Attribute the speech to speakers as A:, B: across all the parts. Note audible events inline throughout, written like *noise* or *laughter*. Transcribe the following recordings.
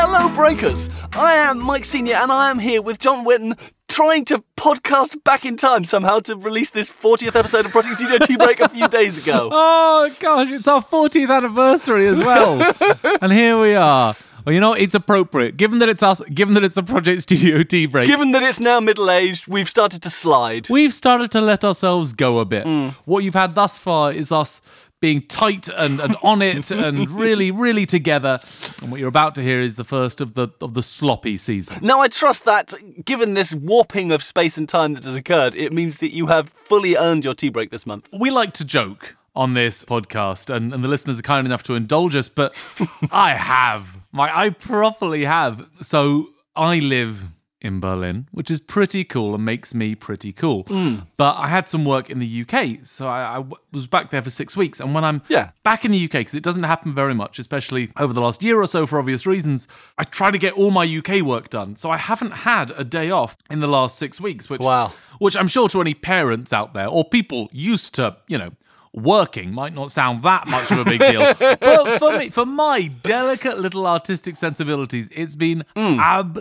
A: Strikers. I am Mike Senior, and I am here with John Witten, trying to podcast back in time somehow to release this 40th episode of Project Studio Tea Break a few days
B: *laughs*
A: ago.
B: Oh gosh, it's our 40th anniversary as well, and here we are. Well, you know, it's appropriate given that it's us, given that it's the Project Studio Tea break.
A: Given that it's now middle aged, we've started to slide.
B: We've started to let ourselves go a bit. What you've had thus far is us being tight and, and on it and really, really together. And what you're about to hear is the first of the of the sloppy season.
A: Now, I trust that, given this warping of space and time that has occurred, it means that you have fully earned your tea break this month.
B: We like to joke on this podcast, and, and the listeners are kind enough to indulge
A: *laughs*
B: us, but I have. My I properly have. So I live in Berlin, which is pretty cool and makes me pretty cool.
A: Hmm.
B: But I had some work in the UK, so I, I w- was back there for six weeks. And when I'm
A: Yeah.
B: back in the UK, because it doesn't happen very much, especially over the last year or so for obvious reasons, I try to get all my UK work done. So I haven't had a day off in the last six weeks, which
A: Wow.
B: which I'm sure to any parents out there or people used to, you know, working might not sound that much of a big deal. but for me, for my delicate little artistic sensibilities, it's been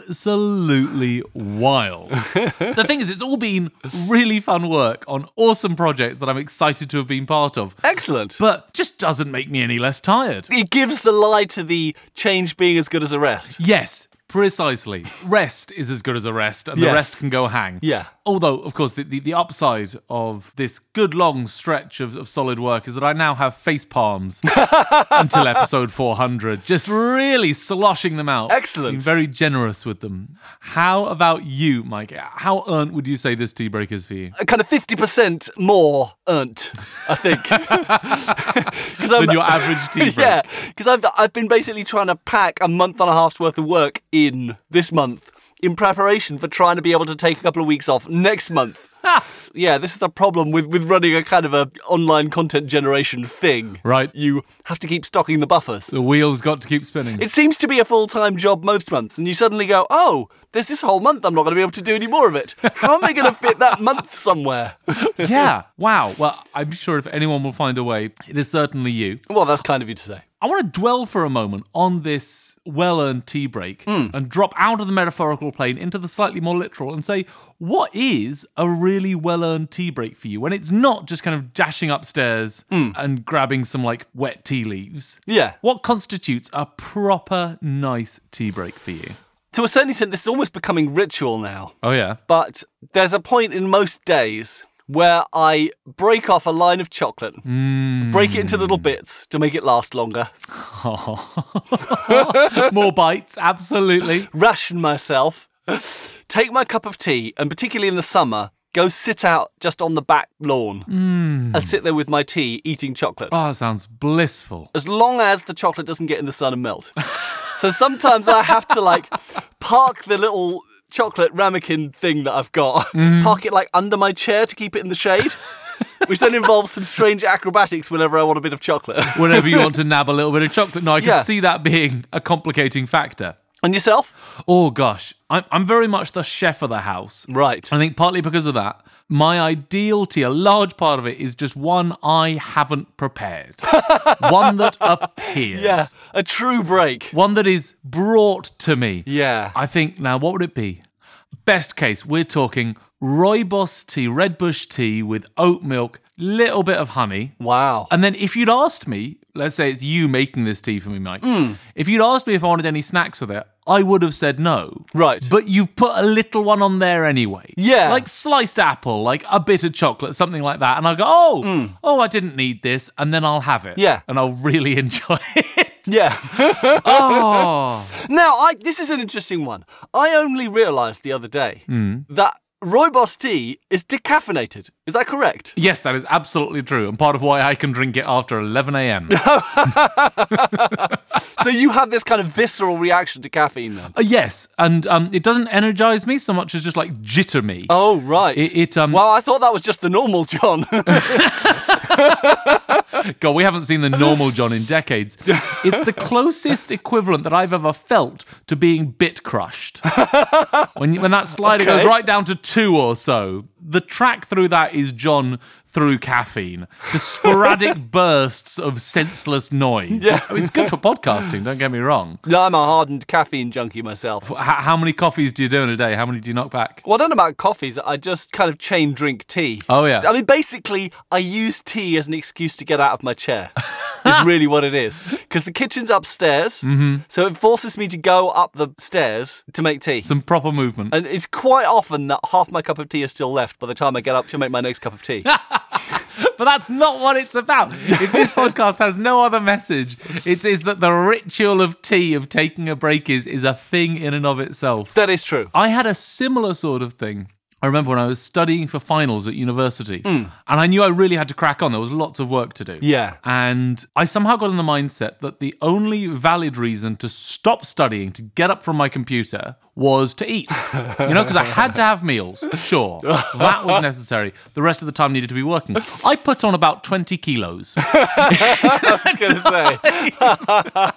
B: absolutely wild. the thing is, it's all been really fun work on awesome projects that I'm excited to have been part of,
A: Excellent.
B: but just doesn't make me any less tired.
A: it gives the lie to the change being as good as a rest.
B: Yes, precisely. Rest is as good as a rest, and the
A: Yes.
B: rest can go hang.
A: Yeah.
B: Although, of course, the, the, the upside of this good long stretch of, of solid work is that I now have face
A: *laughs*
B: palms until episode 400, just really sloshing them out.
A: Excellent.
B: Being very generous with them. How about you, Mike? How earned would you say this tea break is for you?
A: A kind of 50% more earned, I
B: *laughs*
A: think. *laughs* Because
B: Than your
A: *laughs*
B: average tea break.
A: Um, Yeah, because I've, I've been basically trying to pack a month and a half's worth of work in this month in preparation for trying to be able to take a couple of weeks off next month. yeah, this is the problem with, with running a kind of a online content generation thing.
B: Right.
A: You have to keep stocking the buffers.
B: The wheels got to keep spinning.
A: It seems to be a full time job most months, and you suddenly go, oh, there's this whole month I'm not going to be able to do any more of it. How am I going to fit that month somewhere? *laughs*
B: yeah. Wow. Well, I'm sure if anyone will find a way, it is certainly you.
A: Well, that's kind of you to say.
B: I want to dwell for a moment on this well earned tea break and drop out of the metaphorical plane into the slightly more literal and say, what is a really well earned tea break for you? When it's not just kind of dashing upstairs and grabbing some like wet tea leaves.
A: Yeah.
B: What constitutes a proper nice tea break for you?
A: To a certain extent, this is almost becoming ritual now.
B: Oh, yeah.
A: But there's a point in most days where I break off a line of chocolate, break it into little bits to make it last longer,
B: more bites, absolutely.
A: ration myself, *laughs* take my cup of tea, and particularly in the summer, go sit out just on the back lawn and sit there with my tea eating chocolate.
B: *laughs* Oh, that sounds blissful.
A: as long as the chocolate doesn't get in the sun and melt. so sometimes I have to like park the little chocolate ramekin thing that I've got, park it like under my chair to keep it in the shade, which then involves some strange acrobatics whenever I want a bit of chocolate.
B: Whenever you want to nab a little bit of chocolate. No, I can
A: Yeah.
B: see that being a complicating factor.
A: and yourself?
B: Oh gosh, I'm I'm very much the chef of the house.
A: Right.
B: I think partly because of that, my ideal tea, a large part of it, is just one I haven't
A: *laughs*
B: prepared, one that appears,
A: Yeah, a true break.
B: one that is brought to me.
A: Yeah.
B: I think now what would it be? Best case, we're talking rooibos tea, red bush tea with oat milk, little bit of honey.
A: Wow.
B: And then if you'd asked me, let's say it's you making this tea for me, Mike,
A: Hmm.
B: if you'd asked me if I wanted any snacks with it, I would have said no.
A: Right.
B: But you've put a little one on there anyway.
A: Yeah.
B: Like sliced apple, like a bit of chocolate, something like that. And I go, oh, oh, I didn't need this. And then I'll have it.
A: Hmm. Yeah.
B: And I'll really *laughs* enjoy
A: *laughs*
B: it.
A: Yeah.
B: oh.
A: Now, I, this is an interesting one. I only realised the other day that rooibos tea is decaffeinated. Is that correct?
B: Yes, that is absolutely true. And part of why I can drink it after 11 a.m.
A: so you have this kind of visceral reaction to caffeine then?
B: Uh, *laughs* yes. And um, it doesn't energize me so much as just like jitter me.
A: Oh right.
B: It- it, um,
A: well, I thought that was just the normal John. *laughs*
B: God, we haven't seen the normal John in
A: *laughs*
B: decades. It's the closest equivalent that I've ever felt to being
A: *laughs*
B: bit crushed. When, when that slider
A: Okay.
B: goes right down to two or so, the track through that is John through caffeine,
A: *laughs*
B: the sporadic bursts of senseless noise.
A: Yeah.
B: I mean, it's good for podcasting, don't get me wrong.
A: No, I'm a hardened caffeine junkie myself.
B: H- how many coffees do you do in a day? How many do you knock back?
A: Well, I don't know about coffees. I just kind of chain drink tea.
B: Oh, yeah.
A: I mean, basically, I use tea as an excuse to get out of my
B: *laughs*
A: chair. is really what it is. Because the kitchen's upstairs,
B: Mm-hmm.
A: so it forces me to go up the stairs to make tea.
B: Some proper movement.
A: and it's quite often that half my cup of tea is still left by the time I get up to make my next cup of
B: *laughs*
A: tea.
B: But that's not what it's about. If this podcast has no other message, it is that the ritual of tea, of taking a break, is is a thing in and of itself.
A: that is true.
B: I had a similar sort of thing. I remember when I was studying for finals at university, and I knew I really had to crack on. There was lots of work to do.
A: Hmm. Yeah.
B: And I somehow got in the mindset that the only valid reason to stop studying, to get up from my computer, was to eat. You know, because I had to have meals. Sure. That was necessary. The rest of the time needed to be working. I put on about 20 kilos *laughs*
A: I was going to say.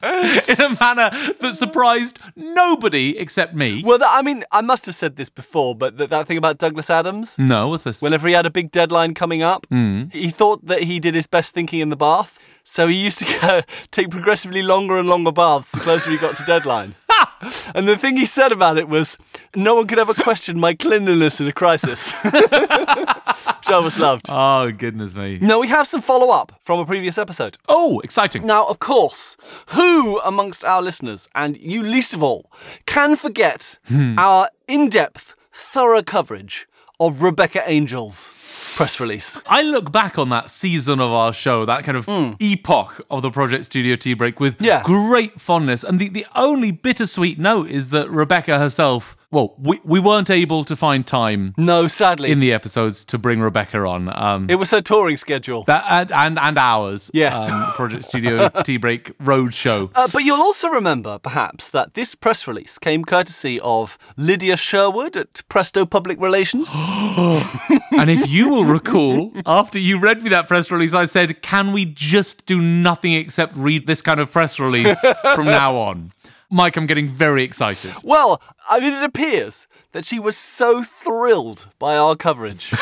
B: in a manner that surprised nobody except me.
A: Well, that, I mean, I must have said this before, but that, that thing about Douglas Adams,
B: No, what's this?
A: whenever he had a big deadline coming up, he thought that he did his best thinking in the bath. So he used to *laughs* go, take progressively longer and longer baths the closer he got to deadline. and the thing he said about it was, no one could ever question my cleanliness in a crisis, *laughs* which I was loved.
B: Oh, goodness me.
A: No, we have some follow up from a previous episode.
B: Oh, exciting.
A: Now, of course, who amongst our listeners, and you least of all, can forget
B: Hmm.
A: our in depth, thorough coverage of Rebecca Angel's press release?
B: I look back on that season of our show, that kind of epoch of the Project Studio Tea Break, with
A: Hmm. Yeah.
B: great fondness. And the, the only bittersweet note is that Rebecca herself, well, we, we weren't able to find time
A: No, sadly.
B: in the episodes to bring Rebecca on. Um,
A: it was her touring schedule.
B: that, and, and, and ours.
A: Yes.
B: Um, Project Studio Tea Break Road Show.
A: Uh, but you'll also remember, perhaps, that this press release came courtesy of Lydia Sherwood at Presto Public Relations.
B: and if you will recall, after you read me that press release, I said, Can we just do nothing except read this kind of press release from now on? Mike, I'm getting very excited.
A: well, I mean, it appears that she was so thrilled by our coverage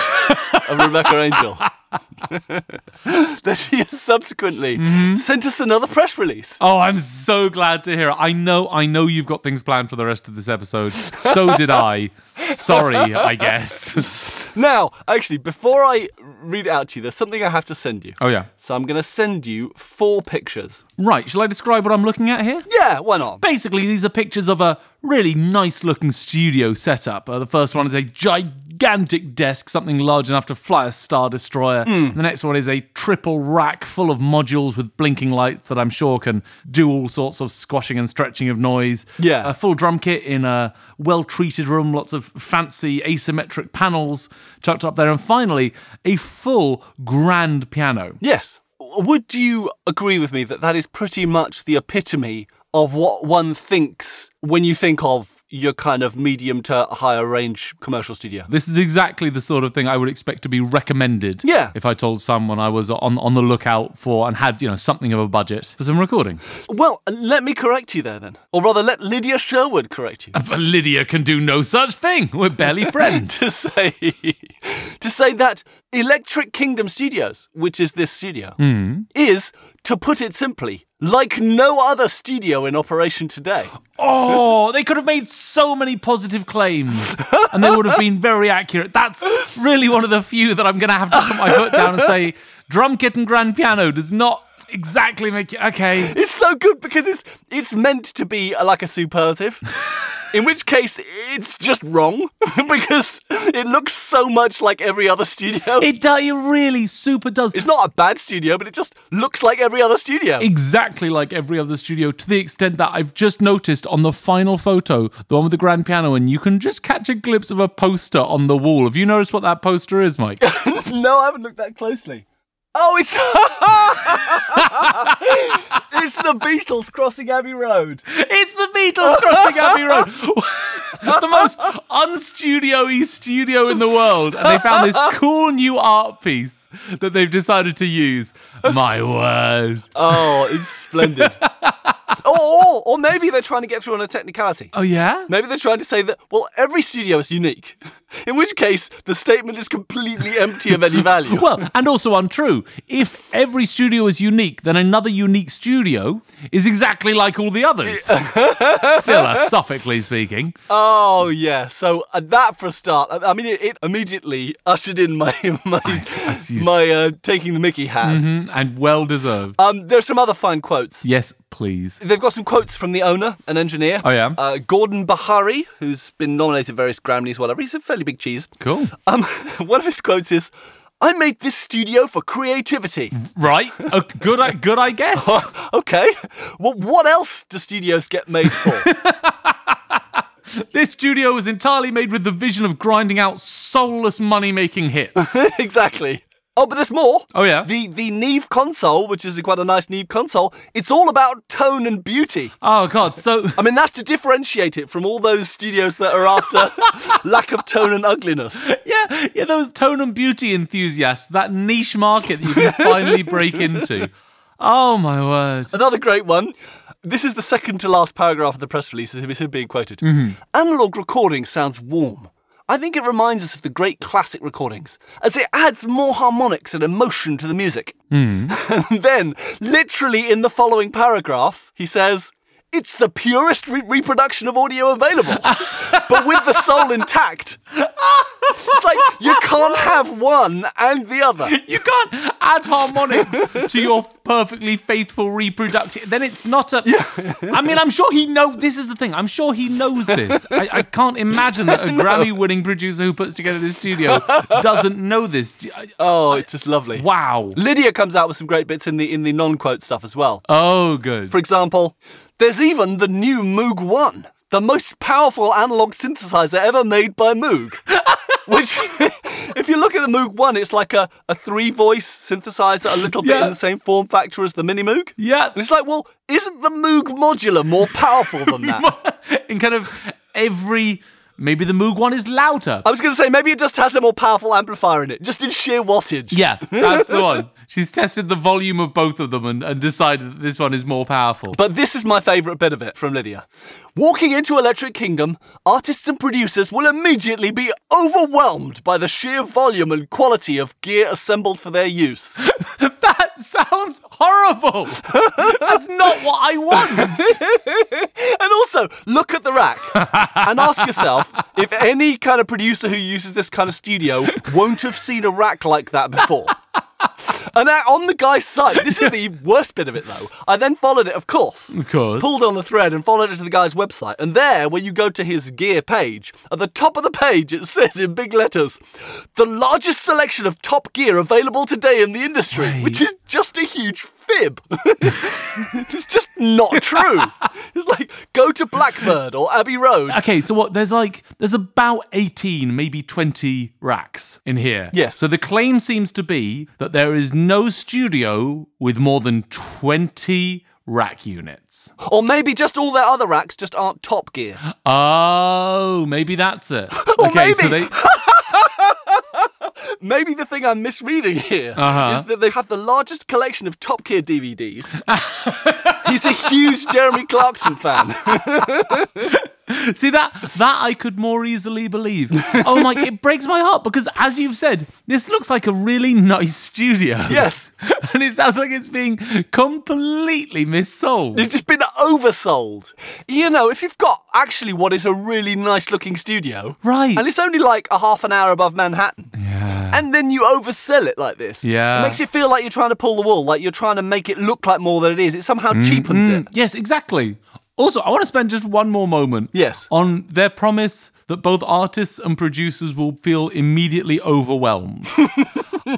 A: of Rebecca Angel *laughs* that she has subsequently sent us another press release.
B: Oh, I'm so glad to hear it. I know, I know you've got things planned for the rest of this episode. So did I. Sorry, I guess. *laughs*
A: Now, actually, before I read it out to you, there's something I have to send you.
B: Oh yeah.
A: So I'm going to send you four pictures.
B: Right, shall I describe what I'm looking at here?
A: Yeah, why not?
B: Basically, these are pictures of a really nice looking studio setup. Uh, the first one is a gigantic desk, something large enough to fly a Star Destroyer. The next one is a triple rack full of modules with blinking lights that I'm sure can do all sorts of squashing and stretching of noise.
A: Yeah.
B: A full drum kit in a well treated room, lots of fancy asymmetric panels chucked up there. And finally, a full grand piano.
A: Yes. Would you agree with me that that is pretty much the epitome of what one thinks when you think of your kind of medium to higher range commercial studio?
B: This is exactly the sort of thing I would expect to be recommended.
A: Yeah.
B: If I told someone I was on, on the lookout for and had, you know, something of a budget for some recording.
A: Well, let me correct you there then. Or rather, let Lydia Sherwood correct you.
B: *laughs*
A: *laughs*
B: But Lydia can do no such thing. We're barely friends.
A: to say to say that Electric Kingdom Studios, which is this studio, is to put it simply like no other studio in operation today.
B: *laughs* oh, they could have made so many positive claims and they would have been very accurate. That's really one of the few that I'm going to have to put my foot down and say drum kit and grand piano does not exactly make it. Okay. *laughs*
A: It's so good because it's it's meant to be uh, like a superlative. In which case, it's just wrong *laughs* because it looks so much like every other studio.
B: It, do- it really super does.
A: It's not a bad studio, but it just looks like every other studio.
B: exactly like every other studio to the extent that I've just noticed on the final photo, the one with the grand piano, and you can just catch a glimpse of a poster on the wall. Have you noticed what that poster is, *laughs* Mike?
A: no, I haven't looked that closely. Oh, it's *laughs* it's the Beatles crossing Abbey Road.
B: it's the Beatles crossing Abbey Road. *laughs* the most unstudio-y studio in the world. And they found this cool new art piece that they've decided to use. My word.
A: Oh, it's splendid. oh, *laughs* or, or, or maybe they're trying to get through on a technicality.
B: Oh yeah.
A: Maybe they're trying to say that, well, every studio is unique, in which case the statement is completely empty of any value.
B: Well, and also untrue. If every studio is unique, then another unique studio is exactly like all the others. *laughs* Philosophically speaking.
A: *laughs* oh, yeah. So uh, that for a start, I, I mean, it, it immediately ushered in my *laughs* my,
B: yes.
A: my uh, taking the mickey hat.
B: Mhm, And well deserved.
A: Um, there's some other fine quotes.
B: Yes, please.
A: They've got some quotes from the owner, an engineer.
B: Oh, yeah?
A: Uh, Gordon Bahari, who's been nominated for various Grammys, whatever. He's a fairly big cheese.
B: Cool.
A: Um, *laughs* one of his quotes is, "I made this studio for creativity." *laughs*
B: Right. Oh, good. I, good. I *laughs* guess.
A: okay. Well, what else do studios get made
B: *laughs*
A: for?
B: This studio was entirely made with the vision of grinding out soulless money-making hits.
A: exactly. Oh, but there's more.
B: Oh yeah.
A: The the Neve console, which is quite a nice Neve console, it's all about tone and beauty.
B: oh god. So *laughs*
A: I mean, that's to differentiate it from all those studios that are
B: *laughs*
A: after lack of tone and ugliness.
B: yeah, yeah. Those tone and beauty enthusiasts. That niche market that you *laughs* can finally break into. Oh my word.
A: Another great one. This is the second to last paragraph of the press release. It's him being quoted. Analog recording sounds warm. I think it reminds us of the great classic recordings, as it adds more harmonics and emotion to the music. *laughs* And then, literally in the following paragraph, he says, It's the purest re- reproduction of audio available, but with the soul intact. It's like you can't have one and the other.
B: You can't add harmonics to your perfectly faithful reproduction. Then it's not a. I mean, I'm sure he know. This is the thing. I'm sure he knows this. I, I can't imagine that a Grammy-winning producer who puts together this studio doesn't know this. Do- I-
A: Oh, it's just lovely.
B: Wow.
A: Lydia comes out with some great bits in the in the non-quote stuff as well.
B: Oh, good.
A: For example, there's even the new Moog One, the most powerful analog synthesizer ever made by Moog.
B: *laughs*
A: Which, *laughs* if you look at the Moog One, it's like a, a three-voice synthesizer, a little bit
B: Yeah.
A: in the same form factor as the Mini Moog.
B: yeah. *laughs*
A: And it's like, well, isn't the Moog Modular more powerful than
B: *laughs*
A: that?
B: In kind of every. Maybe the Moog one is louder.
A: I was going to say maybe it just has a more powerful amplifier in it, just in sheer wattage.
B: Yeah, that's the one. She's tested the volume of both of them and, and decided that this one is more powerful.
A: But this is my favourite bit of it from Lydia. Walking into Electric Kingdom, artists and producers will immediately be overwhelmed by the sheer volume and quality of gear assembled for their use.
B: That sounds horrible. That's not what I want.
A: And also, look at the rack and ask yourself if any kind of producer who uses this kind of studio won't have seen a rack like that before. And now on the guy's side, this is the worst bit of it though. I then followed it, of course.
B: Of course.
A: Pulled on the thread and followed it to the guy's website. And there, when you go to his gear page, at the top of the page, it says in big letters, the largest selection of top gear available today in the industry, which is just a huge fib. it's just not true. it's like, go to Blackbird or Abbey Road.
B: *laughs* Okay, so what? There's like there's about 18, maybe 20 racks in here.
A: Yes.
B: So the claim seems to be that there is no studio with more than 20 rack units.
A: Or maybe just all their other racks just aren't top gear.
B: Oh, maybe that's it.
A: Or
B: okay, so
A: maybe.
B: they
A: Maybe the thing I'm misreading here is that they have the largest collection of Top Gear DVDs. He's a huge Jeremy Clarkson fan.
B: See that that I could more
A: *laughs*
B: easily believe. Oh my! It breaks my heart because, as you've said, this looks like a really nice studio.
A: Yes.
B: *laughs* and it sounds like it's being completely missold.
A: It's just been oversold. You know, if you've got actually what is a really nice looking studio,
B: Right.
A: And it's only like a half an hour above Manhattan.
B: yeah.
A: And then you oversell it like this.
B: Yeah.
A: It makes you feel like you're trying to pull the wool, like you're trying to make it look like more than it is. It somehow
B: Mm-hmm.
A: cheapens it.
B: Yes, exactly. Also, I want to spend just one more moment.
A: Yes.
B: On their promise that both artists and producers will feel immediately
A: *laughs*
B: overwhelmed.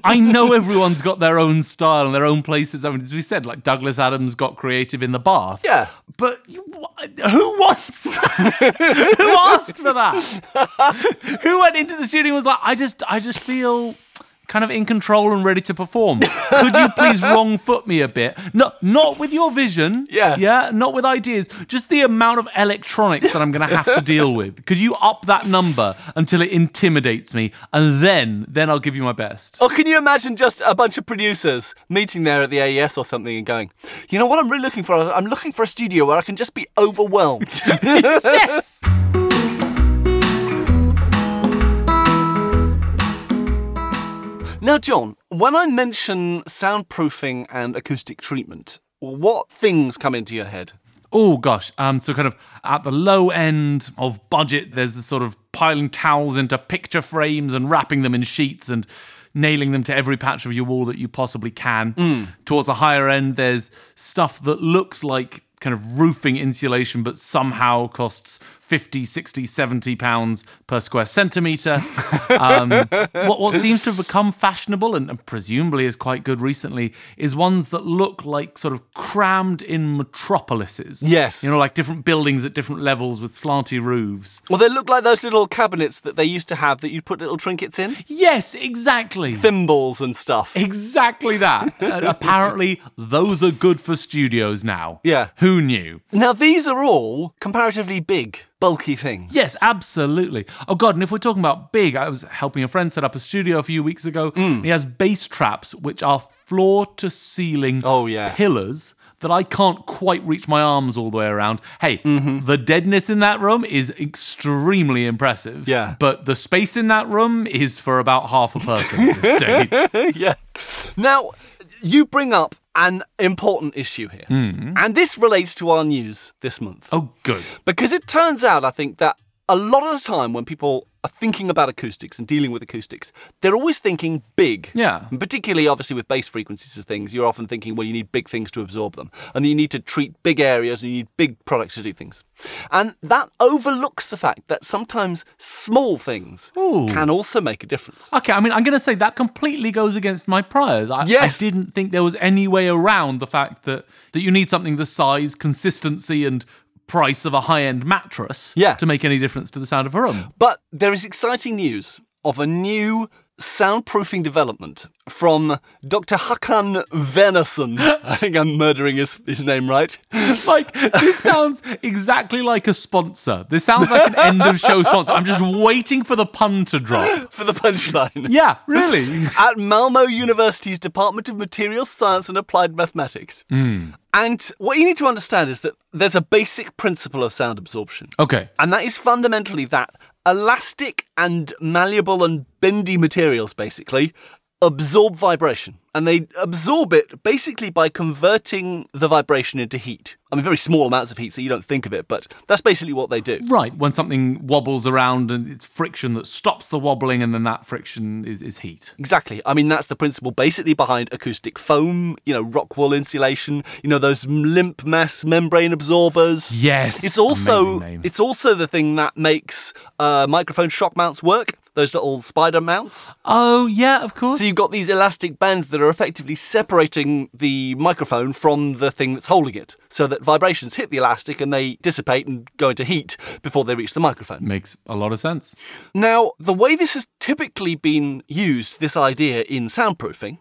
B: I know everyone's got their own style and their own places. I mean, as we said, like Douglas Adams got creative in the bath.
A: Yeah.
B: But you, wh- who wants *laughs* that? who asked for that? who went into the studio and was like, I just, I just feel kind of in control and ready to perform. Could you please wrong foot me a bit? No, not with your vision.
A: Yeah.
B: Yeah, not with ideas. Just the amount of electronics that I'm going to have to deal with. Could you up that number until it intimidates me and then then I'll give you
A: *laughs*
B: my best.
A: Or can you imagine just a bunch of producers meeting there at the AES or something and going, you know what I'm really looking for? I'm looking for a studio where I can just be
B: *laughs*
A: overwhelmed.
B: yes.
A: now, John, when I mention soundproofing and acoustic treatment, what things come into your head?
B: Oh gosh. Um. So kind of at the low end of budget, there's this sort of piling towels into picture frames and wrapping them in sheets and nailing them to every patch of your wall that you possibly can. Towards the higher end, there's stuff that looks like kind of roofing insulation, but somehow costs 50, 60, 70 pounds per square centimetre. um, what, what seems to have become fashionable and, and presumably is quite good recently is ones that look like sort of crammed in metropolises.
A: Yes.
B: You know, like different buildings at different levels with slanty roofs.
A: Well, they look like those little cabinets that they used to have that you'd put little trinkets in,
B: Yes, exactly.
A: thimbles and stuff.
B: Exactly that. And apparently, those are good for studios now.
A: Yeah.
B: Who knew?
A: Now, these are all comparatively big, bulky things.
B: Yes, absolutely. Oh God, and if we're talking about big, I was helping a friend set up a studio a few weeks ago.
A: Mm.
B: and He has bass traps, which are floor to ceiling
A: Oh, yeah.
B: pillars that I can't quite reach my arms all the way around. Hey,
A: Mm-hmm.
B: the deadness in that room is extremely impressive.
A: Yeah.
B: But the space in that room is for about half a person at this
A: *laughs*
B: stage.
A: yeah. Now, you bring up an important issue here. And this relates to our news this month.
B: Oh good.
A: Because it turns out, I think, that a lot of the time when people are thinking about acoustics and dealing with acoustics, they're always thinking big.
B: Yeah.
A: And particularly, obviously, with bass frequencies and things, you're often thinking, well, you need big things to absorb them. And you need to treat big areas and you need big products to do things. And that overlooks the fact that sometimes small things
B: Ooh.
A: can also make a difference.
B: Okay, I mean, I'm going to say that completely goes against my priors. I,
A: Yes.
B: I didn't think there was any way around the fact that that you need something the size, consistency, and price of a high-end mattress
A: Yeah.
B: to make any difference to the sound of
A: *laughs*
B: a room.
A: But there is exciting news of a new soundproofing development from Dr. Hakan Venison. *laughs* I think I'm murdering his, his name right. *laughs*
B: like this sounds exactly like a sponsor. This sounds like an end of show sponsor. I'm just waiting for the pun to drop.
A: For the punchline.
B: Yeah, really.
A: At Malmo University's Department of Materials Science and Applied Mathematics. And what you need to understand is that there's a basic principle of sound absorption.
B: Okay.
A: And that is fundamentally that elastic and malleable and bendy materials basically absorb vibration. And they absorb it basically by converting the vibration into heat. I mean, very small amounts of heat, so you don't think of it, but that's basically what they do.
B: Right, when something wobbles around and it's friction that stops the wobbling, and then that friction is, is heat.
A: Exactly. I mean, that's the principle basically behind acoustic foam, you know, rock wool insulation, you know, those limp mass membrane absorbers.
B: Yes.
A: It's also
B: Amazing name.
A: it's also the thing that makes uh, microphone shock mounts work. Those little spider mounts.
B: Oh yeah, of course.
A: So you've got these elastic bands that are effectively separating the microphone from the thing that's holding it, so that vibrations hit the elastic and they dissipate and go into heat before they reach the microphone.
B: Makes a lot of sense.
A: Now, the way this has typically been used, this idea in soundproofing,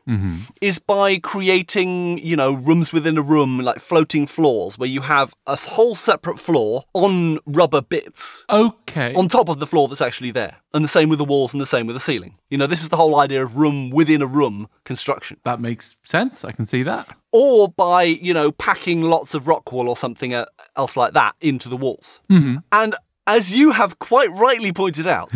A: is by creating, you know, rooms within a room, like floating floors, where you have a whole separate floor on rubber bits
B: Okay.
A: on top of the floor that's actually there. And the same with the walls and the same with the ceiling. You know, this is the whole idea of room within a room construction.
B: that makes sense. I can see that.
A: Or by, you know, packing lots of rock wool or something uh, else like that into the walls. And as you have quite rightly pointed out,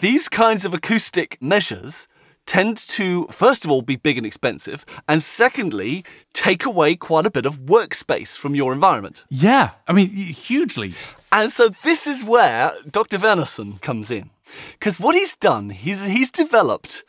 A: these kinds of acoustic measures tend to, first of all, be big and expensive, and secondly, take away quite a bit of workspace from your environment.
B: Yeah. I mean, y- hugely.
A: And so this is where Dr. Venison comes in. Because what he's done, he's, he's developed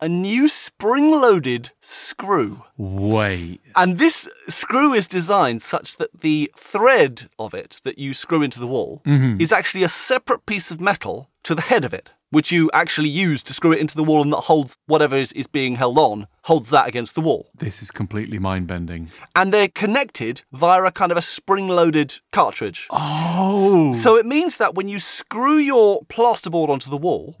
A: a new spring loaded screw.
B: Wait.
A: And this screw is designed such that the thread of it that you screw into the wall is actually a separate piece of metal to the head of it, which you actually use to screw it into the wall and that holds whatever is, is being held on, holds that against the wall.
B: This is completely mind bending.
A: And they're connected via a kind of a spring loaded cartridge.
B: Oh.
A: So it means that when you screw your plasterboard onto the wall,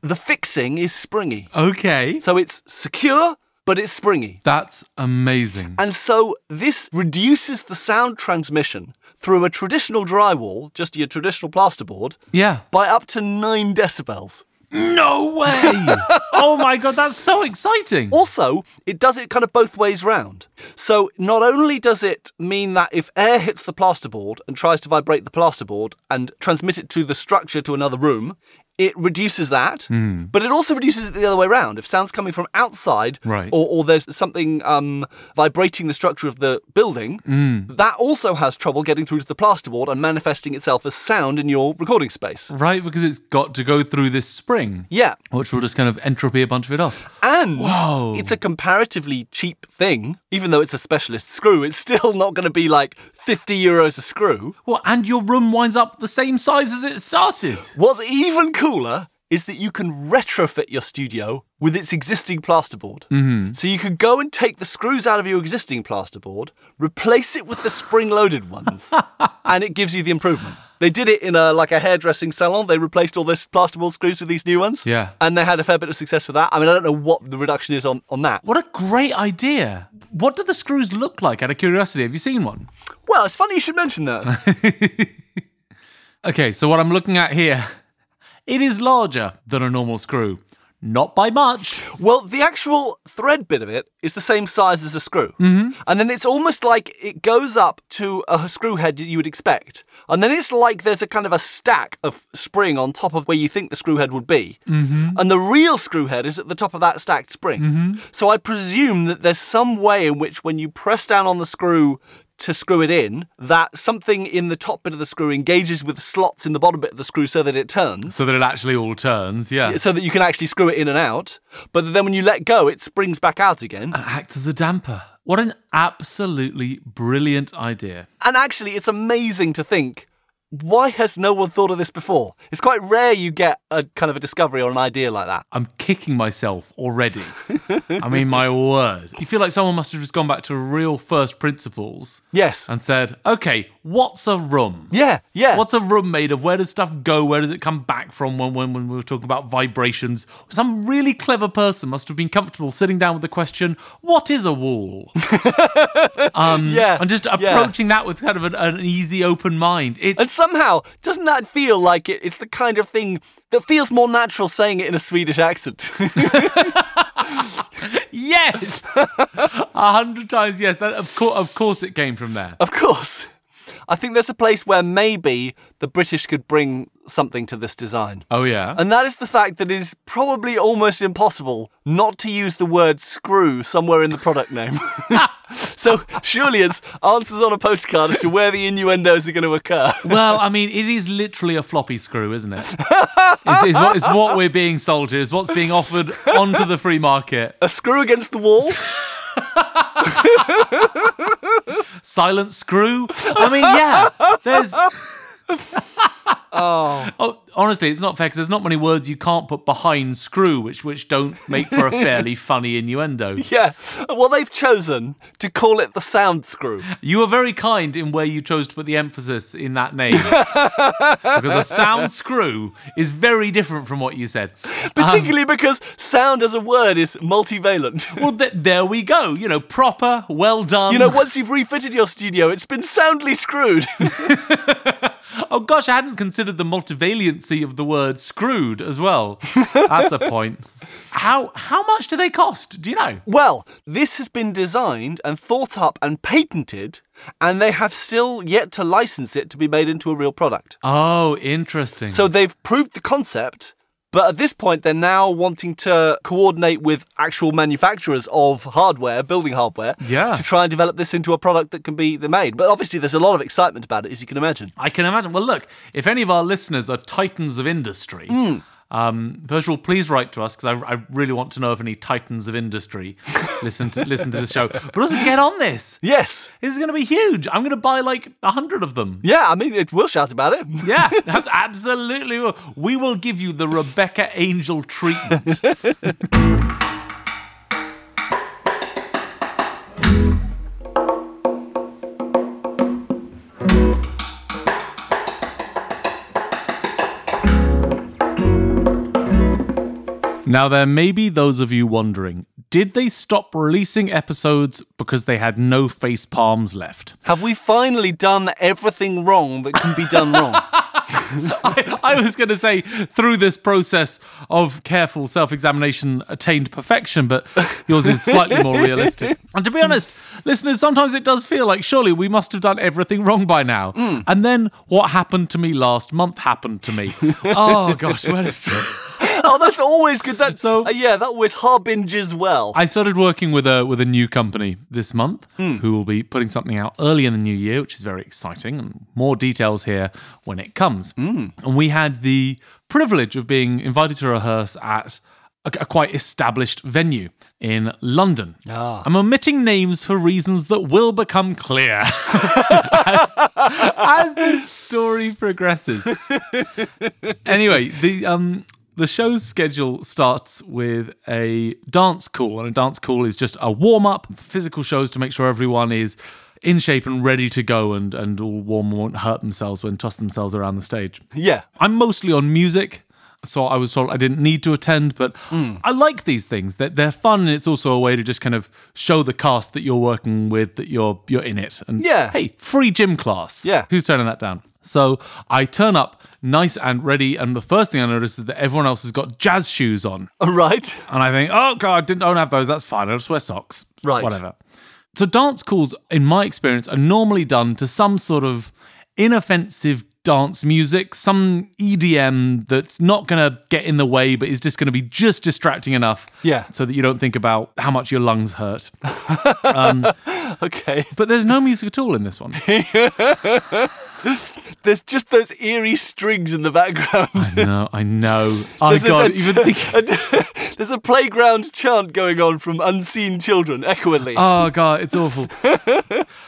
A: the fixing is springy.
B: Okay.
A: So it's secure, but it's springy.
B: That's amazing.
A: And so this reduces the sound transmission through a traditional drywall, just your traditional plasterboard,
B: Yeah.
A: by up to 9 decibels.
B: No *laughs* way. oh my God, that's so exciting.
A: Also, it does it kind of both ways round. So not only does it mean that if air hits the plasterboard and tries to vibrate the plasterboard and transmit it to the structure to another room, it reduces that, but it also reduces it the other way round. If sound's coming from outside,
B: Right.
A: or, or there's something um, vibrating the structure of the building, that also has trouble getting through to the plasterboard and manifesting itself as sound in your recording space.
B: Right, because it's got to go through this spring,
A: Yeah,
B: which will just kind of entropy a bunch of it off.
A: And
B: Whoa.
A: it's a comparatively cheap thing, even though it's a specialist screw. It's still not going to be like 50 euros a screw.
B: Well, and your room winds up the same size as it started.
A: What's even cooler is that you can retrofit your studio with its existing plasterboard.
B: Mm-hmm.
A: So you could go and take the screws out of your existing plasterboard, replace it with the spring-loaded ones,
B: *laughs*
A: and it gives you the improvement. They did it in a like a hairdressing salon. They replaced all this plasterboard screws with these new ones.
B: Yeah.
A: And they had a fair bit of success with that. I mean, I don't know what the reduction is on, on that.
B: What a great idea. What do the screws look like out of curiosity? Have you seen one?
A: Well, it's funny you should mention
B: *laughs*
A: that.
B: Okay, so what I'm looking at here, *laughs* it is larger than a normal screw. Not by much.
A: Well, the actual thread bit of it is the same size as a screw. Mm-hmm. And then it's almost like it goes up to a screw head that you would expect. And then it's like there's a kind of a stack of spring on top of where you think the screw head would be. Mm-hmm. And the real screw head is at the top of that stacked spring. So I presume that there's some way in which when you press down on the screw to screw it in, that something in the top bit of the screw engages with slots in the bottom bit of the screw so that it turns
B: So that it actually all turns, yeah.
A: so that you can actually screw it in and out. But then when you let go, it springs back out again.
B: Acts as a damper. What an absolutely brilliant idea.
A: And actually, it's amazing to think why has no one thought of this before? It's quite rare you get a kind of a discovery or an idea like that.
B: I'm kicking myself already. I mean, my word. You feel like someone must have just gone back to real first principles
A: Yes.
B: and said, okay, what's a room?
A: yeah, yeah.
B: What's a room made of? Where does stuff go? Where does it come back from? When, when, when we were talking about vibrations, some really clever person must have been comfortable sitting down with the question, what is a wall?
A: *laughs* yeah.
B: And just
A: yeah.
B: approaching that with kind of an, an easy, open mind. It's
A: And somehow, doesn't that feel like it, it's the kind of thing that feels more natural saying it in a Swedish accent?
B: *laughs*
A: *laughs*
B: yes, a hundred times yes. That, of, cour of course, it came from there.
A: of course. I think there's a place where maybe the British could bring something to this design.
B: Oh yeah.
A: And *laughs* that is the fact that it is probably almost impossible not to use the word screw somewhere in the product name. *laughs* so surely it's answers on a postcard as to where the innuendos are going to occur.
B: Well, I mean, it is literally a floppy screw, isn't it? It's, it's what, it's what we're being sold here. It's what's being offered onto the free market.
A: A screw against the wall?
B: Silent screw. I mean, yeah. There's.
A: *laughs* Oh.
B: Oh, honestly, it's not fair because there's not many words you can't put behind screw, which which don't make
A: *laughs*
B: for a fairly funny innuendo.
A: Yeah. Well, they've chosen to call it the sound screw.
B: You were very kind in where you chose to put the emphasis in that
A: *laughs*
B: name, because a sound screw is very different from what you said.
A: Particularly because sound as a word is multivalent. *laughs*
B: Um, Well, th- there we go. You know, proper, well done.
A: You know, once you've refitted your studio, it's been soundly screwed. *laughs*
B: Oh gosh, I hadn't considered the multivalency of the word screwed as well. That's a point. How how much do they cost? Do you know?
A: Well, this has been designed and thought up and patented, and they have still yet to license it to be made into a real product.
B: Oh, interesting.
A: So they've proved the concept, but at this point, they're now wanting to coordinate with actual manufacturers of hardware, building hardware,
B: Yeah.
A: to try and develop this into a product that can be made. But obviously, there's a lot of excitement about it, as you can imagine.
B: I can imagine. Well, look, if any of our listeners are titans of industry, Um, first of all, please write to us because I, I really want to know if any titans of industry listen to listen to this show. But also get on this.
A: Yes.
B: This is going to be huge. I'm going to buy like a hundred of them.
A: Yeah, I mean, it, we'll shout about it. *laughs*
B: Yeah, ab- absolutely. will. We will give you the Rebecca Angel treatment. Now, there may be those of you wondering did they stop releasing episodes because they had no face palms left?
A: Have we finally done everything wrong that can be done wrong?
B: I, *laughs* I was going to say through this process of careful self-examination attained perfection, but yours is slightly more realistic. And to be honest, listeners, sometimes it does feel like surely we must have done everything wrong by now. And then what happened to me last month happened to me. oh gosh, where is
A: *laughs* oh, that's always good. That
B: So-
A: so, yeah, that always harbinges well.
B: I started working with a with a new company this month, who will be putting something out early in the new year, which is very exciting, and more details here when it comes. And we had the privilege of being invited to rehearse at a, a quite established venue in London. I'm omitting names for reasons that will become clear *laughs* as, as this story progresses anyway, the um the show's schedule starts with a dance call, and a dance call is just a warm up, physical shows to make sure everyone is in shape and ready to go, and and all warm and won't hurt themselves when toss themselves around the stage.
A: yeah,
B: I'm mostly on music. So I was told I didn't need to attend, but
A: Hmm.
B: I like these things. That they're, fun, and it's also a way to just kind of show the cast that you're working with that you're you're in it. And
A: Yeah.
B: hey, free gym class.
A: Yeah.
B: who's turning that down? So I turn up nice and ready, and the first thing I notice is that everyone else has got jazz shoes on.
A: All right. *laughs*
B: And I think, oh god, I didn't don't have those. That's fine. I'll just wear socks.
A: Right.
B: Whatever. So dance calls, in my experience, are normally done to some sort of inoffensive dance music, some EDM that's not going to get in the way, but is just going to be just distracting enough.
A: Yeah.
B: So that you don't think about how much your lungs hurt.
A: Okay.
B: But there's no music at all in
A: *laughs*
B: this one.
A: There's just those eerie strings in the background.
B: I know. I know.
A: *laughs*
B: I
A: There's a- *laughs*
B: Oh God,
A: a-
B: even thinking.
A: a- *laughs* there's a playground chant going on from unseen children echoingly.
B: Oh god, it's awful.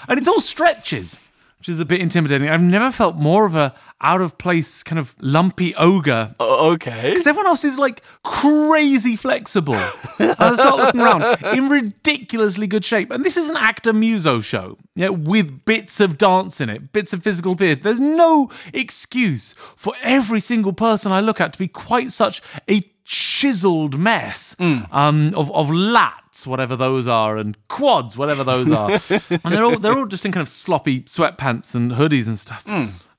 B: and it's all stretches, which is a bit intimidating. I've never felt more of a out of place kind of lumpy ogre.
A: O- Oh,
B: *laughs*
A: okay.
B: Because everyone else is like crazy flexible. And I start looking around in ridiculously good shape. And this is an actor muso show, yeah, with bits of dance in it, bits of physical theatre. There's no excuse for every single person I look at to be quite such a chiseled mess um, of, of lats, whatever those are, and quads, whatever those are. and they're all, they're all just in kind of sloppy sweatpants and hoodies and stuff.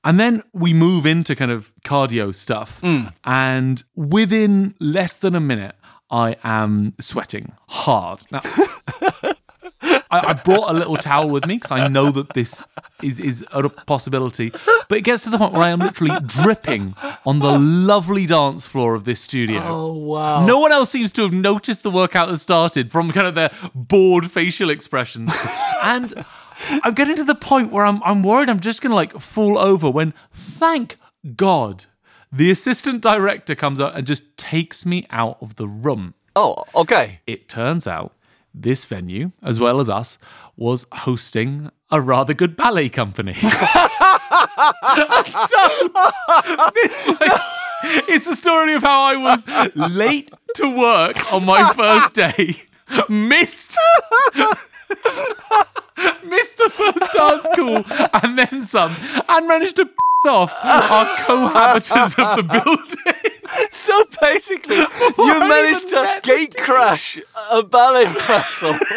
B: And then we move into kind of cardio stuff. And within less than a minute, I am sweating hard. Now, I, I brought a little towel with me because I know that this is, is a possibility. But it gets to the point where I am literally dripping on the lovely dance floor of this studio.
A: Oh wow.
B: No one else seems to have noticed the workout has started from kind of their bored facial expressions. and I'm getting to the point where I'm, I'm worried I'm just going to like fall over when, thank God, the assistant director comes up and just takes me out of the room.
A: Oh,
B: *laughs*
A: okay.
B: It turns out this venue, as well as us, was hosting a rather good ballet company. *laughs* so, this way, it's the story of how I was late to work on my first day, missed. Missed the first dance call and then some, and managed to *laughs* off our cohabitors of the building.
A: So
B: *laughs*
A: basically, you
B: even
A: managed to
B: let me
A: gate crash a ballet rehearsal. *laughs*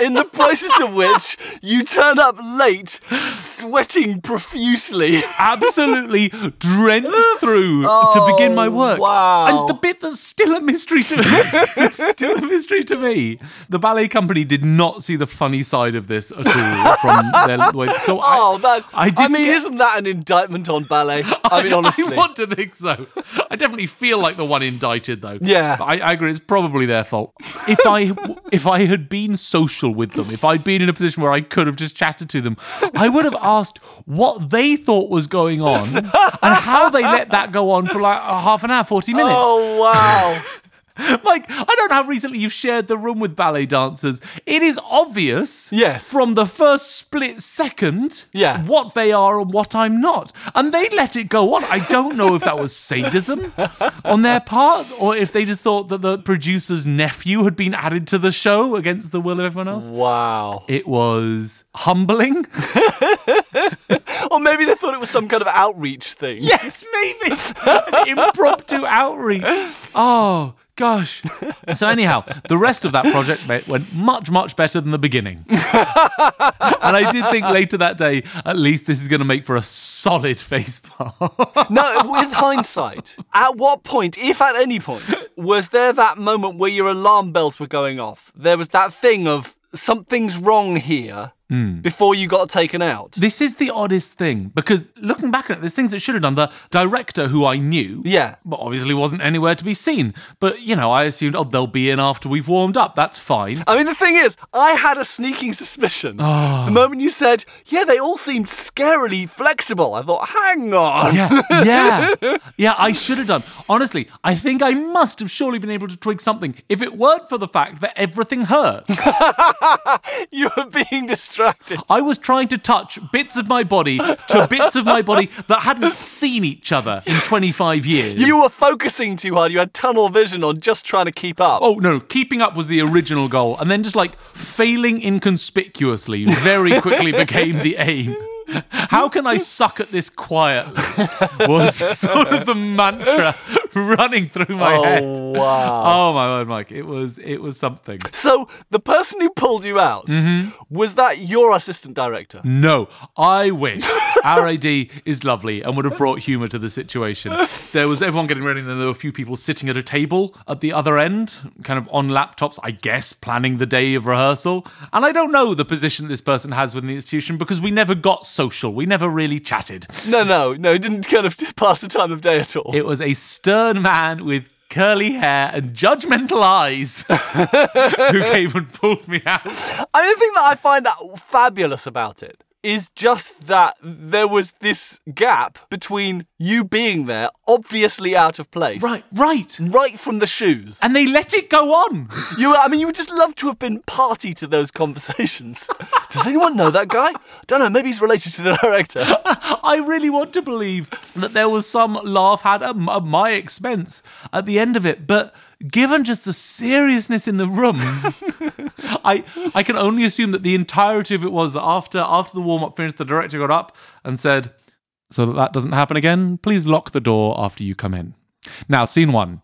A: In the process of which you turn up late, sweating profusely.
B: absolutely drenched through to begin my work.
A: wow.
B: And the bit that's still a mystery to me, *laughs* still a mystery to me. The ballet company did not see the funny side of this at all from their way. So
A: Oh, that's.
B: I
A: I,
B: didn't
A: mean,
B: get-
A: isn't that an indictment on
B: *laughs*
A: ballet? I mean, honestly.
B: I want to think so. I definitely feel like the one indicted, though.
A: Yeah.
B: I, I agree. It's probably their fault. If I if I had been social struggle with them. If I'd been in a position where I could have just chatted to them, I would have asked what they thought was going on and how they let that go on for like a half an hour, 40 minutes.
A: Oh
B: *laughs*
A: wow.
B: Like, I don't know how recently you've shared the room with ballet dancers. It is obvious
A: Yes.
B: from the first split second
A: Yeah.
B: what they are and what I'm not. And they let it go on. I don't know if that
A: *laughs*
B: was sadism on their part or if they just thought that the producer's nephew had been added to the show against the will of everyone
A: Mm.
B: else. *laughs*
A: wow.
B: It was humbling.
A: Or maybe they thought it was some kind of outreach thing.
B: Yes, maybe. An impromptu outreach. Oh, gosh. So, anyhow, the rest of that project mate, went much, much better than the beginning. and I did think later that day, at least this is going to make for a solid face palm.
A: Now,
B: *laughs*
A: with hindsight, at what point, if at any point, was there that moment where your alarm bells were going off? There was that thing of something's wrong here
B: Hmm.
A: before you got taken out.
B: this is the oddest thing because looking back at it, there's things it should have done. The director who I knew.
A: Yeah.
B: But obviously wasn't anywhere to be seen. But, you know, I assumed, oh, they'll be in after we've warmed up. That's fine.
A: I mean, the thing is, I had a sneaking suspicion.
B: Ah.
A: The moment you said, yeah, they all seemed scarily flexible, I thought, hang on.
B: Yeah, yeah, yeah. I should have done. Honestly, I think I must have surely been able to twig something if it weren't for the fact that
A: *laughs*
B: everything hurt.
A: You were being distracted.
B: I was trying to touch bits of my body to bits of my body that hadn't seen each other in 25 years.
A: You were focusing too hard. You had tunnel vision on just trying to keep up.
B: Oh no, keeping up was the original goal, and then just like failing inconspicuously very
A: *laughs*
B: quickly became the aim. How can I suck at
A: *laughs*
B: this quietly? Was sort of the mantra running through my
A: Oh,
B: head.
A: wow.
B: Oh my word, Mike! It was it was something.
A: So, the person who pulled you out,
B: Mm-hmm.
A: was that your assistant director?
B: No, I wish RAD is lovely and would have brought humour to the situation. There was everyone getting ready, and then there were a few people sitting at a table at the other end, kind of on laptops, I guess, planning the day of rehearsal. And I don't know the position this person has within the institution because we never got social, we never really chatted.
A: No, no, no, it didn't kind of *laughs* pass the time of day at all.
B: It was a stern man with curly hair and judgmental eyes *laughs* who came and pulled me out.
A: I mean, the thing that I find that fabulous about it is just that there was this gap between you being there, obviously out of place.
B: Right, right.
A: Right from the shoes.
B: And they let it go on.
A: You, I mean, you would just love to have been party to those conversations. *laughs* Does anyone know that guy? I don't know. Maybe he's related to the director.
B: I really want to believe that there was some laugh had at, m- at my expense at the end of it, but given just the seriousness in the room, *laughs* I I can only assume that the entirety of it was that after after the warm up finished, the director got up and said, "So that that doesn't happen again, please lock the door after you come in." Now, scene one,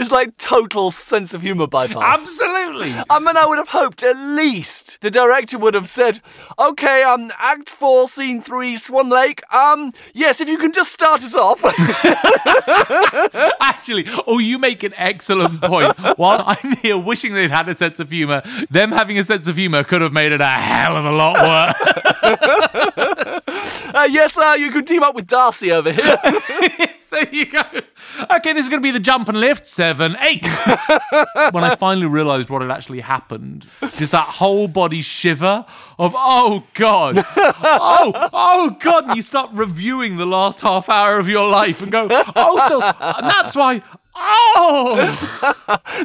A: It's like total sense of humour bypass.
B: absolutely.
A: I mean, I would have hoped at least the director would have said, "Okay, um, Act Four, Scene Three, Swan Lake. Um, yes, if you can just start us off." *laughs*
B: *laughs*
A: uh,
B: Actually, oh, you make an excellent point. While I'm here wishing they'd had a sense of humor, them having a sense of humor could have made it a hell of a lot worse.
A: uh, yes, uh, you can team up with Darcy over here. *laughs*
B: *laughs* there you go. Okay, this is going to be the jump and lift seven, eight. *laughs* when I finally realized what had actually happened, just that whole body shiver of, oh God, oh, oh God. And you start reviewing the last half hour of your life and go, oh, so and that's why. Oh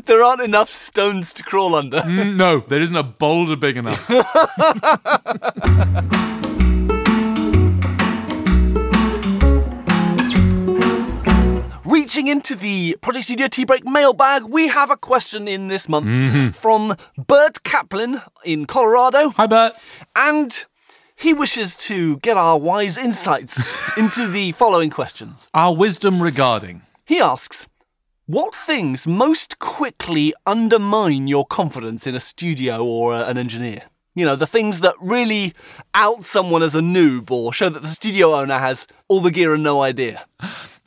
B: *laughs*
A: there aren't enough stones to crawl under.
B: no, there isn't a boulder big enough.
A: Reaching into the Project Studio Tea Break mailbag, we have a question in this month from Bert Kaplan in Colorado,
B: Hi, Bert.
A: and he wishes to get our wise insights into the following questions.
B: Our wisdom regarding.
A: He asks, what things most quickly undermine your confidence in a studio or a- an engineer? You know, the things that really out someone as a noob or show that the studio owner has all the gear and no idea.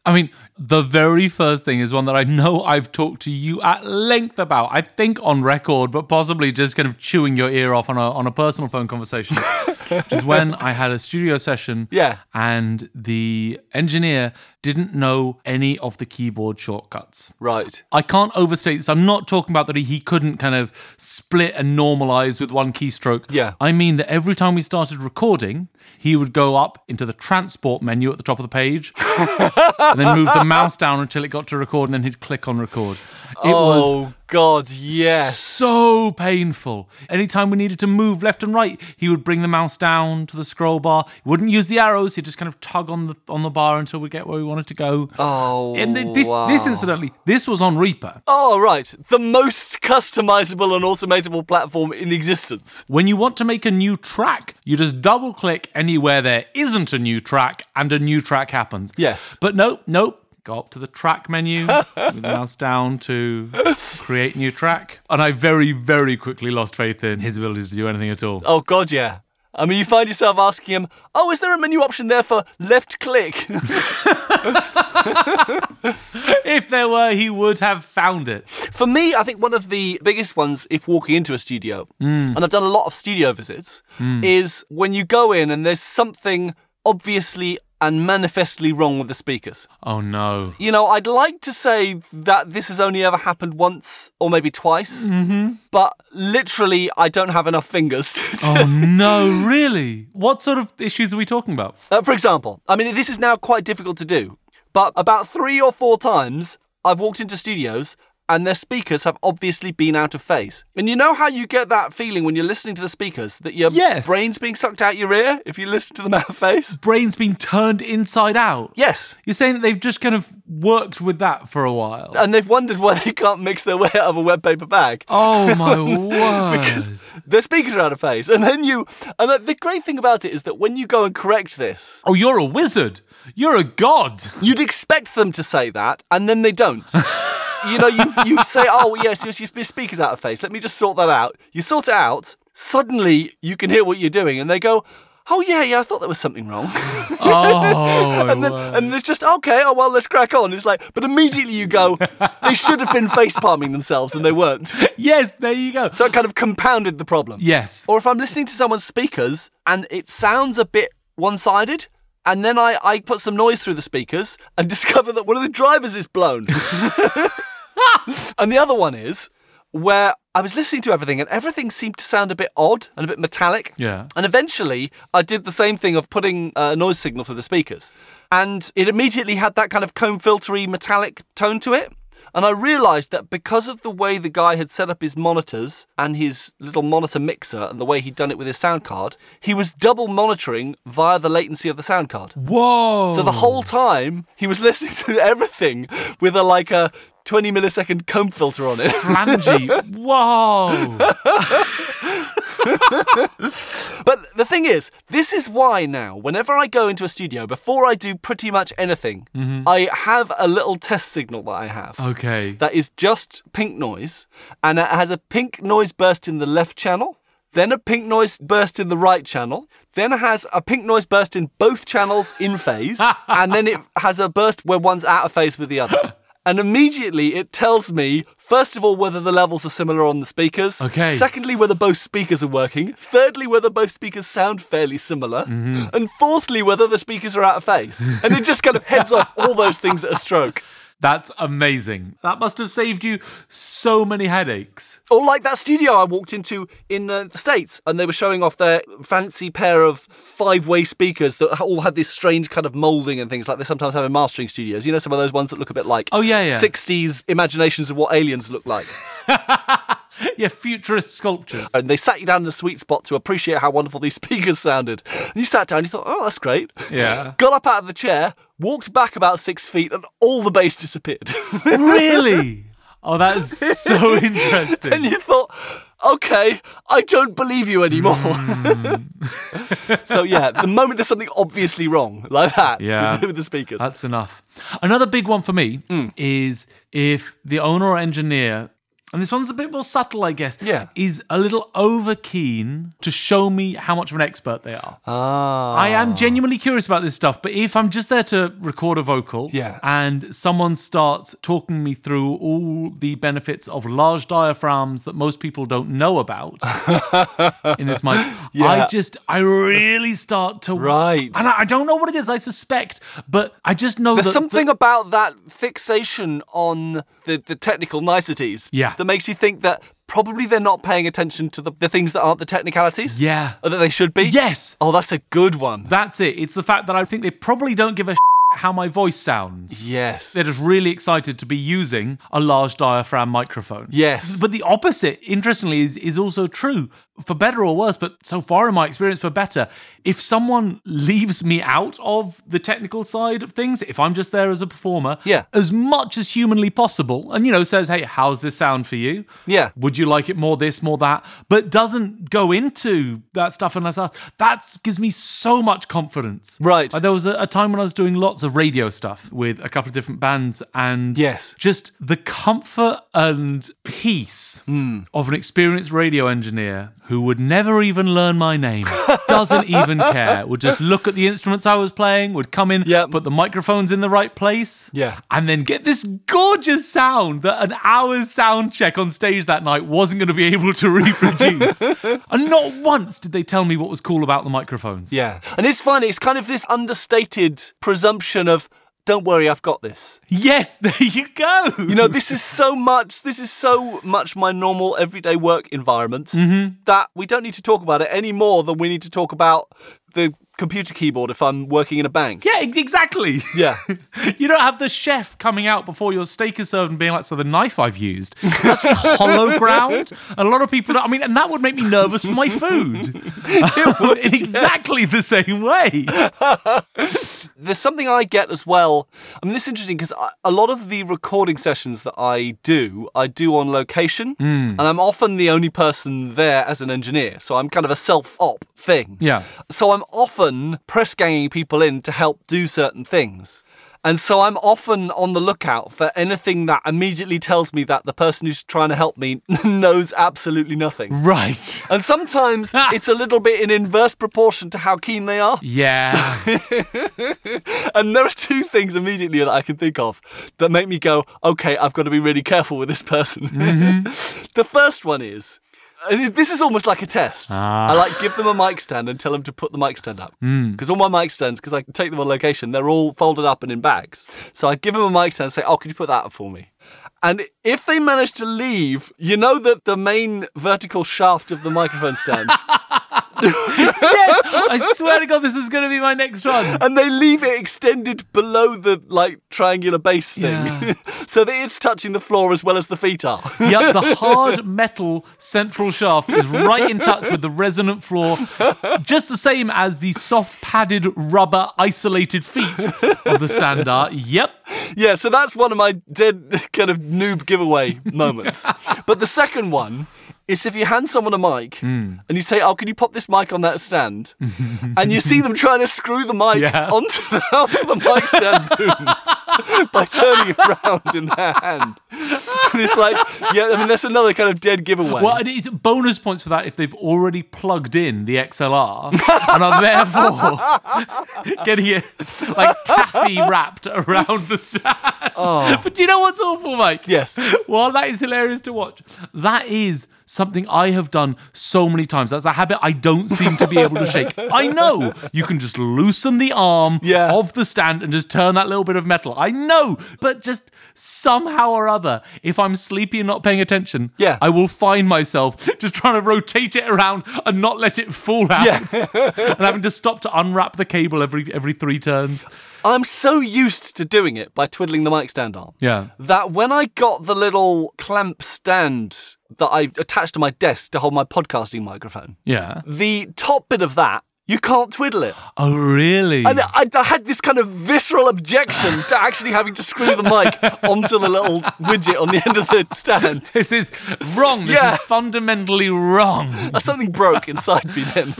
B: I mean, The very first thing is one that I know I've talked to you at length about. I think on record, but possibly just kind of chewing your ear off on a on a personal phone conversation. which is when I had a studio session.
A: Yeah.
B: And the engineer didn't know any of the keyboard shortcuts.
A: Right.
B: I can't overstate this. I'm not talking about that he- he couldn't kind of split and normalize with one keystroke.
A: Yeah.
B: I mean that every time we started recording, he would go up into the transport menu at the top of the
A: *laughs*
B: page and then move the mouse down until it got to record and then he'd click on record. It was
A: oh God, yes.
B: so painful. Anytime we needed to move left and right, he would bring the mouse down to the scroll bar. He wouldn't use the arrows, he'd just kind of tug on the on the bar until we get where we wanted to go.
A: Oh,
B: and th- this
A: wow.
B: this incidentally, this was on Reaper.
A: Oh, right. The most customizable and automatable platform in existence.
B: When you want to make a new track, you just double click anywhere there isn't a new track and a new track happens.
A: Yes.
B: But nope, nope. Go up to the track menu, move the mouse *laughs* down to create new track. And I very, very quickly lost faith in his ability to do anything at all.
A: Oh, God, yeah. I mean, you find yourself asking him, oh, is there a menu option there for left click? *laughs*
B: If there were, he would have found it.
A: For me, I think one of the biggest ones, if walking into a studio, and I've done a lot of studio visits, is when you go in and there's something obviously and manifestly wrong with the speakers.
B: Oh no.
A: You know, I'd like to say that this has only ever happened once or maybe twice, but literally, I don't have enough fingers. *laughs* To,
B: Oh no, really? What sort of issues are we talking about?
A: Uh, for example, I mean, this is now quite difficult to do, but about three or four times I've walked into studios and their speakers have obviously been out of phase. And you know how you get that feeling when you're listening to the speakers that your
B: Yes.
A: brain's being sucked out your ear if you listen to them out of phase?
B: Brain's been turned inside out.
A: Yes.
B: You're saying that they've just kind of worked with that for a while.
A: And they've wondered why they can't mix their way out of a web paper bag.
B: *laughs* Oh my word.
A: Their speakers are out of phase. And then you, and the- the great thing about it is that when you go and correct this,
B: Oh, you're a wizard. You're a god.
A: You'd expect them to say that, and then they don't. you know, you, you say, oh, yes, yes, your speaker's out of phase. Let me just sort that out. You sort it out. Suddenly, you can hear what you're doing, and they go, oh, yeah, yeah, I thought there was something wrong. *laughs*
B: Oh, *laughs* my
A: and, then,
B: word.
A: and it's just, okay, oh, well, let's crack on. It's like, but immediately you go, they should have been face palming themselves, and they weren't.
B: yes, there you go.
A: So it kind of compounded the problem.
B: Yes.
A: Or if I'm listening to someone's speakers and it sounds a bit one sided, and then I, I put some noise through the speakers and *laughs* discover that one of the drivers is blown. and the other one is where I was listening to everything and everything seemed to sound a bit odd and a bit metallic.
B: Yeah.
A: And eventually I did the same thing of putting uh, a noise signal through the speakers. And it immediately had that kind of comb filtery metallic tone to it. And I realized that because of the way the guy had set up his monitors and his little monitor mixer and the way he'd done it with his sound card, he was double monitoring via the latency of the sound card.
B: Whoa.
A: So the whole time he was *laughs* listening to everything with a like a 20 millisecond comb filter on it. *laughs*
B: *laughs* Angie. *laughs* Whoa.
A: But the thing is, this is why now, whenever I go into a studio, before I do pretty much anything, I have a little test signal that I have
B: Okay.
A: that is just pink noise, and it has a pink noise burst in the left channel. Then a pink noise burst in the right channel, then has a pink noise burst in both channels in phase, and then it has a burst where one's out of phase with the other. And immediately it tells me, first of all, whether the levels are similar on the speakers.
B: Okay.
A: Secondly, whether both speakers are working. Thirdly, whether both speakers sound fairly similar. And fourthly, whether the speakers are out of phase. And it just kind of heads off all those things at a stroke.
B: That's amazing. That must have saved you so many headaches.
A: Or like that studio I walked into in uh, the States, and they were showing off their fancy pair of five-way speakers that all had this strange kind of moulding and things like they sometimes have in mastering studios. You know, some of those ones that look a bit like
B: Oh, yeah, yeah.
A: 60s imaginations of what aliens look like.
B: Yeah, futurist sculptures.
A: and they sat you down in the sweet spot to appreciate how wonderful these *laughs* speakers sounded. And you sat down, you thought, oh, that's great.
B: Yeah.
A: Got up out of the chair, walked back about six feet, and all the bass disappeared. *laughs*
B: really? Oh, that is *laughs* so interesting.
A: and you thought, okay, I don't believe you anymore.
B: Hmm.
A: *laughs* so yeah, the moment there's something obviously wrong like that *laughs*
B: Yeah.
A: with, with the speakers. Hmm.
B: That's enough. Another big one for me is if the owner or engineer and this one's a bit more subtle, I guess.
A: Yeah.
B: Is a little over keen to show me how much of an expert they are.
A: Ah.
B: I am genuinely curious about this stuff, but if I'm just there to record a vocal
A: Yeah.
B: and someone starts talking me through all the benefits of large diaphragms that most people don't
A: *laughs*
B: know about in this mic, I
A: Yeah.
B: just, I really start to.
A: Right.
B: And I, I don't know what it is, I suspect, but I just know
A: There's
B: that.
A: something about that fixation on the, the technical niceties
B: Yeah.
A: that makes you think that probably they're not paying attention to the, the things that aren't the technicalities.
B: Yeah.
A: Or that they should be.
B: Yes.
A: Oh, that's a good one.
B: That's it. It's the fact that I think they probably don't give a sh- how my voice sounds.
A: yes.
B: They're just really excited to be using a large diaphragm microphone.
A: Yes.
B: But the opposite, interestingly, is, is also true for better or worse, but so far in my experience, for better. If someone leaves me out of the technical side of things, if I'm just there as a performer,
A: Yeah.
B: as much as humanly possible, and you know, says, hey, how's this sound for you?
A: Yeah.
B: Would you like it more this, more that? But doesn't go into that stuff unless I, that gives me so much confidence.
A: Right.
B: Uh, there was a, a time when I was doing lots of radio stuff with a couple of different bands, and
A: Yes.
B: just the comfort and peace
A: Hmm.
B: of an experienced radio engineer who would never even learn
A: *laughs*
B: my name, doesn't even care, would just look at the instruments I was playing, would come in,
A: Yep.
B: put the microphones in the right place,
A: Yeah.
B: and then get this gorgeous sound that an hour's sound check on stage that night wasn't going to be able
A: *laughs*
B: to *laughs* reproduce. and not once did they tell me what was cool about the microphones.
A: yeah. And it's funny, it's kind of this understated presumption of, don't worry, I've got this.
B: Yes, *laughs* there you go.
A: You know, this is so much. This is so much my normal everyday work environment that we don't need to talk about it any more than we need to talk about the computer keyboard if I'm working in a bank.
B: yeah, ex- exactly. *laughs*
A: Yeah.
B: You don't have the chef coming out before your steak is served and being like, "So the knife I've used
A: *laughs*
B: that's just hollow ground." A lot of people, don't- I mean, and that would make me nervous for
A: *laughs*
B: my food. in *laughs* exactly the same way.
A: There's something I get as well. I mean, this is interesting because a lot of the recording sessions that I do, I do on location, and I'm often the only person there as an engineer. So I'm kind of a self op thing.
B: Yeah.
A: So I'm often press ganging people in to help do certain things. And so I'm often on the lookout for anything that immediately tells me that the person who's trying to help me *laughs* knows absolutely nothing.
B: Right.
A: And sometimes it's a little bit in inverse proportion to how keen they are. *laughs*
B: Yeah.
A: And there are two things immediately that I can think of that make me go, okay, I've got to be really careful with this person. *laughs* the first one is, and this is almost like a test. I like give them a mic stand and tell them to put the mic stand up. Because all my mic stands, because I can take them on location, they're all folded up and in bags. So I give them a mic stand and say, oh, could you put that up for me? And if they manage to leave, you know that the main vertical shaft of the microphone stand
B: yes. I swear to God, this is going to be my next one.
A: and they leave it extended below the like triangular base thing
B: Yeah.
A: *laughs* so that it's touching the floor as well as the feet are *laughs*
B: *laughs* Yep, the hard metal central shaft is right in touch with the resonant floor, just the same as the soft padded rubber isolated feet of the stand are. Yep.
A: yeah so that's one of my dead *laughs* kind of noob
B: *laughs*
A: giveaway moments but the second one is if you hand someone a mic
B: Hmm.
A: and you say oh can you pop this mic on that
B: *laughs*
A: stand and you see them trying to screw the mic
B: Yeah.
A: *laughs* onto the, onto the mic stand boom *laughs* by turning it around in their hand *laughs* and it's like yeah i mean that's another kind of dead giveaway
B: Well, and it's bonus points for that if they've already plugged in the XLR *laughs* and are therefore *laughs* getting it like taffy wrapped around the stand. *laughs* But do you know what's awful, Mike?
A: Oh. yes
B: *laughs* While that is hilarious to watch, that is something I have done so many times. That's a habit I don't seem to be able
A: *laughs*
B: to shake. I know you can just loosen the arm
A: Yeah.
B: of the stand and just turn that little bit of metal. I know, but just somehow or other, if I'm sleepy and not paying attention,
A: Yeah.
B: I will find myself *laughs* just trying to rotate it around and not let it fall out. *laughs* and having to stop to unwrap the cable every every three turns.
A: I'm so used to doing it by twiddling the mic stand arm
B: Yeah.
A: that when I got the little clamp stand that I attached to my desk to hold my podcasting microphone,
B: Yeah.
A: the top bit of that, you can't twiddle it.
B: Oh really?
A: And I, I had this kind of visceral objection to actually having to screw the mic onto the little widget on the end of the stand.
B: This is wrong. This
A: Yeah.
B: is fundamentally wrong.
A: *laughs* Something broke inside me then.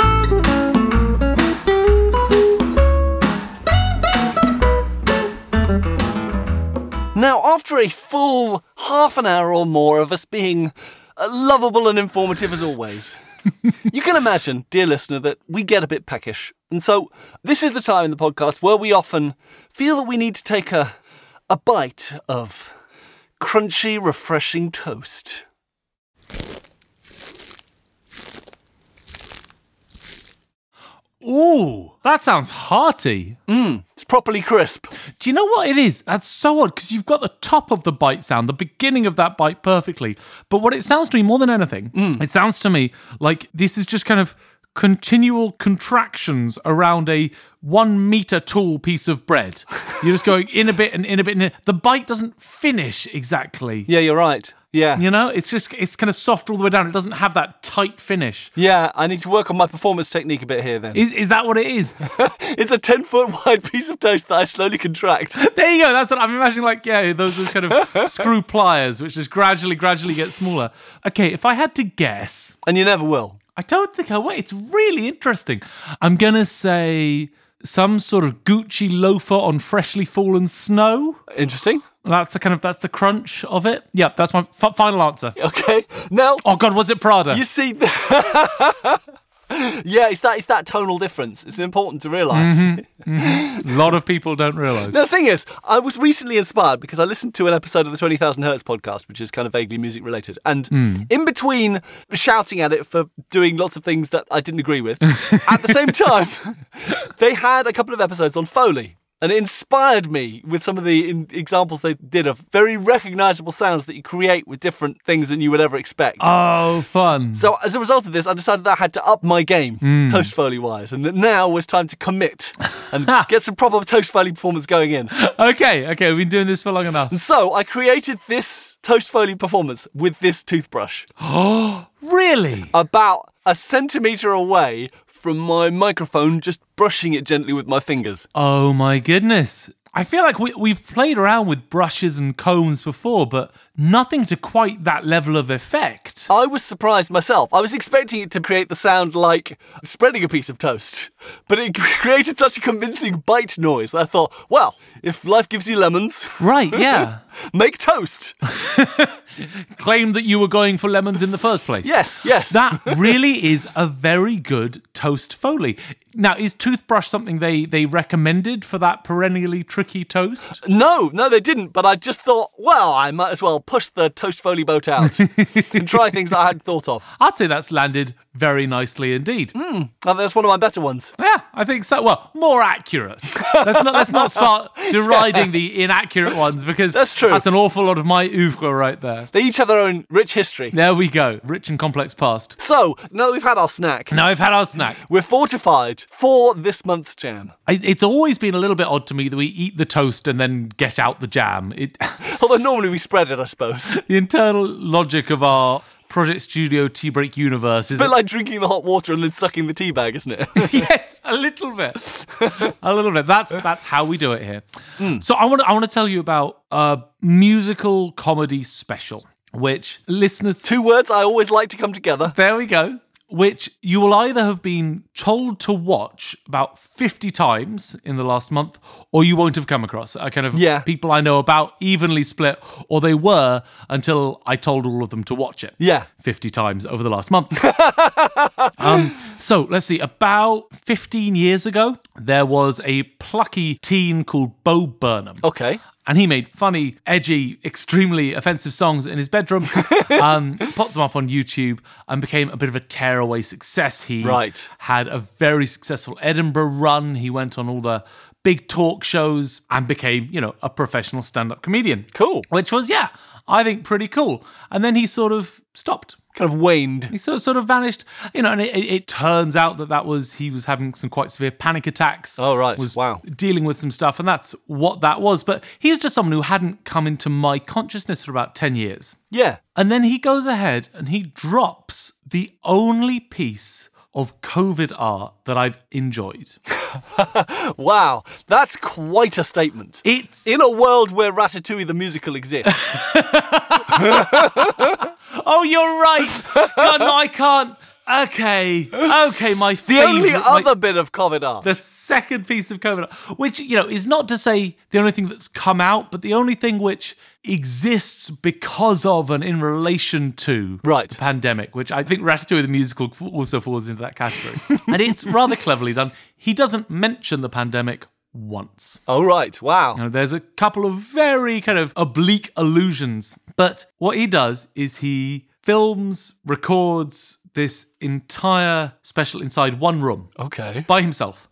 A: Now, after a full half an hour or more of us being uh, lovable and informative as *laughs* always, you can imagine, dear listener, that we get a bit peckish. And so, this is the time in the podcast where we often feel that we need to take a, a bite of crunchy, refreshing toast.
B: Ooh, that sounds hearty.
A: It's properly crisp.
B: Do you know what it is? That's so odd because you've got the top of the bite sound, the beginning of that bite perfectly. But what it sounds to me more than anything, it sounds to me like this is just kind of continual contractions around a one meter tall piece of bread. You're just going in a bit and in a bit. And in. The bite doesn't finish exactly.
A: Yeah, you're right. Yeah.
B: You know, it's just, it's kind of soft all the way down. It doesn't have that tight finish.
A: Yeah, I need to work on my performance technique a bit here
B: *laughs*
A: then. *laughs*
B: Is, is that what it is?
A: It's a 10 foot wide piece of toast that I slowly contract.
B: There you go. That's what I'm imagining. Like, yeah, those those kind of screw pliers, which just gradually, gradually get smaller. Okay, if I had to guess,
A: And you never will.
B: I don't think I would. It's really interesting. I'm gonna say some sort of Gucci loafer on freshly fallen snow.
A: Interesting.
B: That's the kind of that's the crunch of it. Yeah, that's my f- final answer.
A: Okay. Now,
B: Oh God, was it Prada?
A: you see. *laughs* yeah, it's that, it's that tonal difference. It's important to realize
B: A lot of people don't realize.
A: Now, the thing is, I was recently inspired because I listened to an episode of the 20,000 Hertz podcast, which is kind of vaguely music related. And in between shouting at it for doing lots of things that I didn't agree with, at the same time, they had a couple of episodes on Foley. And it inspired me with some of the in- examples they did of very recognizable sounds that you create with different things than you would ever expect.
B: Oh, fun.
A: so, as a result of this, I decided that I had to up my game, Toast Foley wise, and that now was time to commit and get some proper Toast Foley performance going in.
B: Okay, okay, we've been doing this for long enough.
A: So I created this Toast Foley performance with this toothbrush
B: Really?
A: about a centimetre away from my microphone, just brushing it gently with my fingers.
B: Oh my goodness. I feel like we, we've played around with brushes and combs before, but nothing to quite that level of effect.
A: I was surprised myself. I was expecting it to create the sound like spreading a piece of toast, but it *laughs* created such a convincing bite noise that I thought, well, if life gives you lemons,
B: Right, yeah.
A: *laughs* make toast.
B: Claim that you were going for lemons in the first
A: *laughs*
B: place. *laughs*
A: Yes, yes.
B: That really is a very good toast foley. Now, is toothbrush something they, they recommended for that perennially tricky toast?
A: No, no, they didn't. But I just thought, well, I might as well push the toast foley boat
B: *laughs*
A: out and try things that I hadn't thought of.
B: I'd say that's landed very nicely indeed.
A: I think Oh, that's one of my better ones.
B: Yeah, I think so. Well, more accurate. Let's not let's
A: *laughs*
B: not start deriding the inaccurate ones because
A: That's true.
B: That's an awful lot of my oeuvre right there.
A: They each have their own rich history.
B: There we go. Rich and complex past.
A: So, now that we've had our snack,
B: Now I've had our snack.
A: we're fortified for this month's jam.
B: I, it's always been a little bit odd to me that we eat the toast and then get out the jam. It, *laughs*
A: Although normally we spread it, I suppose. *laughs*
B: the internal logic of our Project Studio Tea Break universe is
A: But like drinking the hot water and then sucking the tea bag, isn't it? *laughs*
B: *laughs* yes, a little bit, a little bit. That's that's how we do it here. So I want to I want to tell you about a musical comedy special, which listeners
A: Two words I always like to come together.
B: There we go. Which you will either have been told to watch about 50 times in the last month, or you won't have come across. I kind of
A: Yeah.
B: people I know about evenly split, or they were until I told all of them to watch it.
A: Yeah.
B: 50 times over the last
A: *laughs*
B: month. um, so let's see, about 15 years ago, there was a plucky teen called Bo Burnham.
A: Okay.
B: And he made funny, edgy, extremely offensive songs in
A: *laughs*
B: his bedroom, um, popped them up on YouTube, and became a bit of a tearaway success. He
A: Right.
B: had a very successful Edinburgh run. He went on all the big talk shows and became, you know, a professional stand up comedian.
A: Cool.
B: Which was, yeah, I think pretty cool. And then he sort of stopped.
A: Kind of waned.
B: He sort of, sort of vanished, you know, and it, it, it turns out that that was he was having some quite severe panic attacks.
A: Oh, right.
B: was
A: Wow.
B: dealing with some stuff, and that's what that was. But he's just someone who hadn't come into my consciousness for about ten years,
A: Yeah.
B: and then he goes ahead and he drops the only piece of COVID art that I've enjoyed.
A: Wow. That's quite a statement.
B: It's
A: In a world where Ratatouille the musical exists.
B: oh, you're right. God, no, I can't.
A: *laughs*
B: okay, okay, my *laughs*
A: The only
B: favorite, my-
A: other bit of COVID art.
B: the second piece of COVID, which you know is not to say the only thing that's come out, but the only thing which exists because of and in relation to
A: Right.
B: the pandemic, which I think Ratatouille the musical f- also falls into that category, and it's rather cleverly done. He doesn't mention the pandemic once.
A: oh, right. Wow.
B: Now, there's a couple of very kind of oblique allusions, but what he does is he films, records this entire special inside one room
A: Okay.
B: by himself.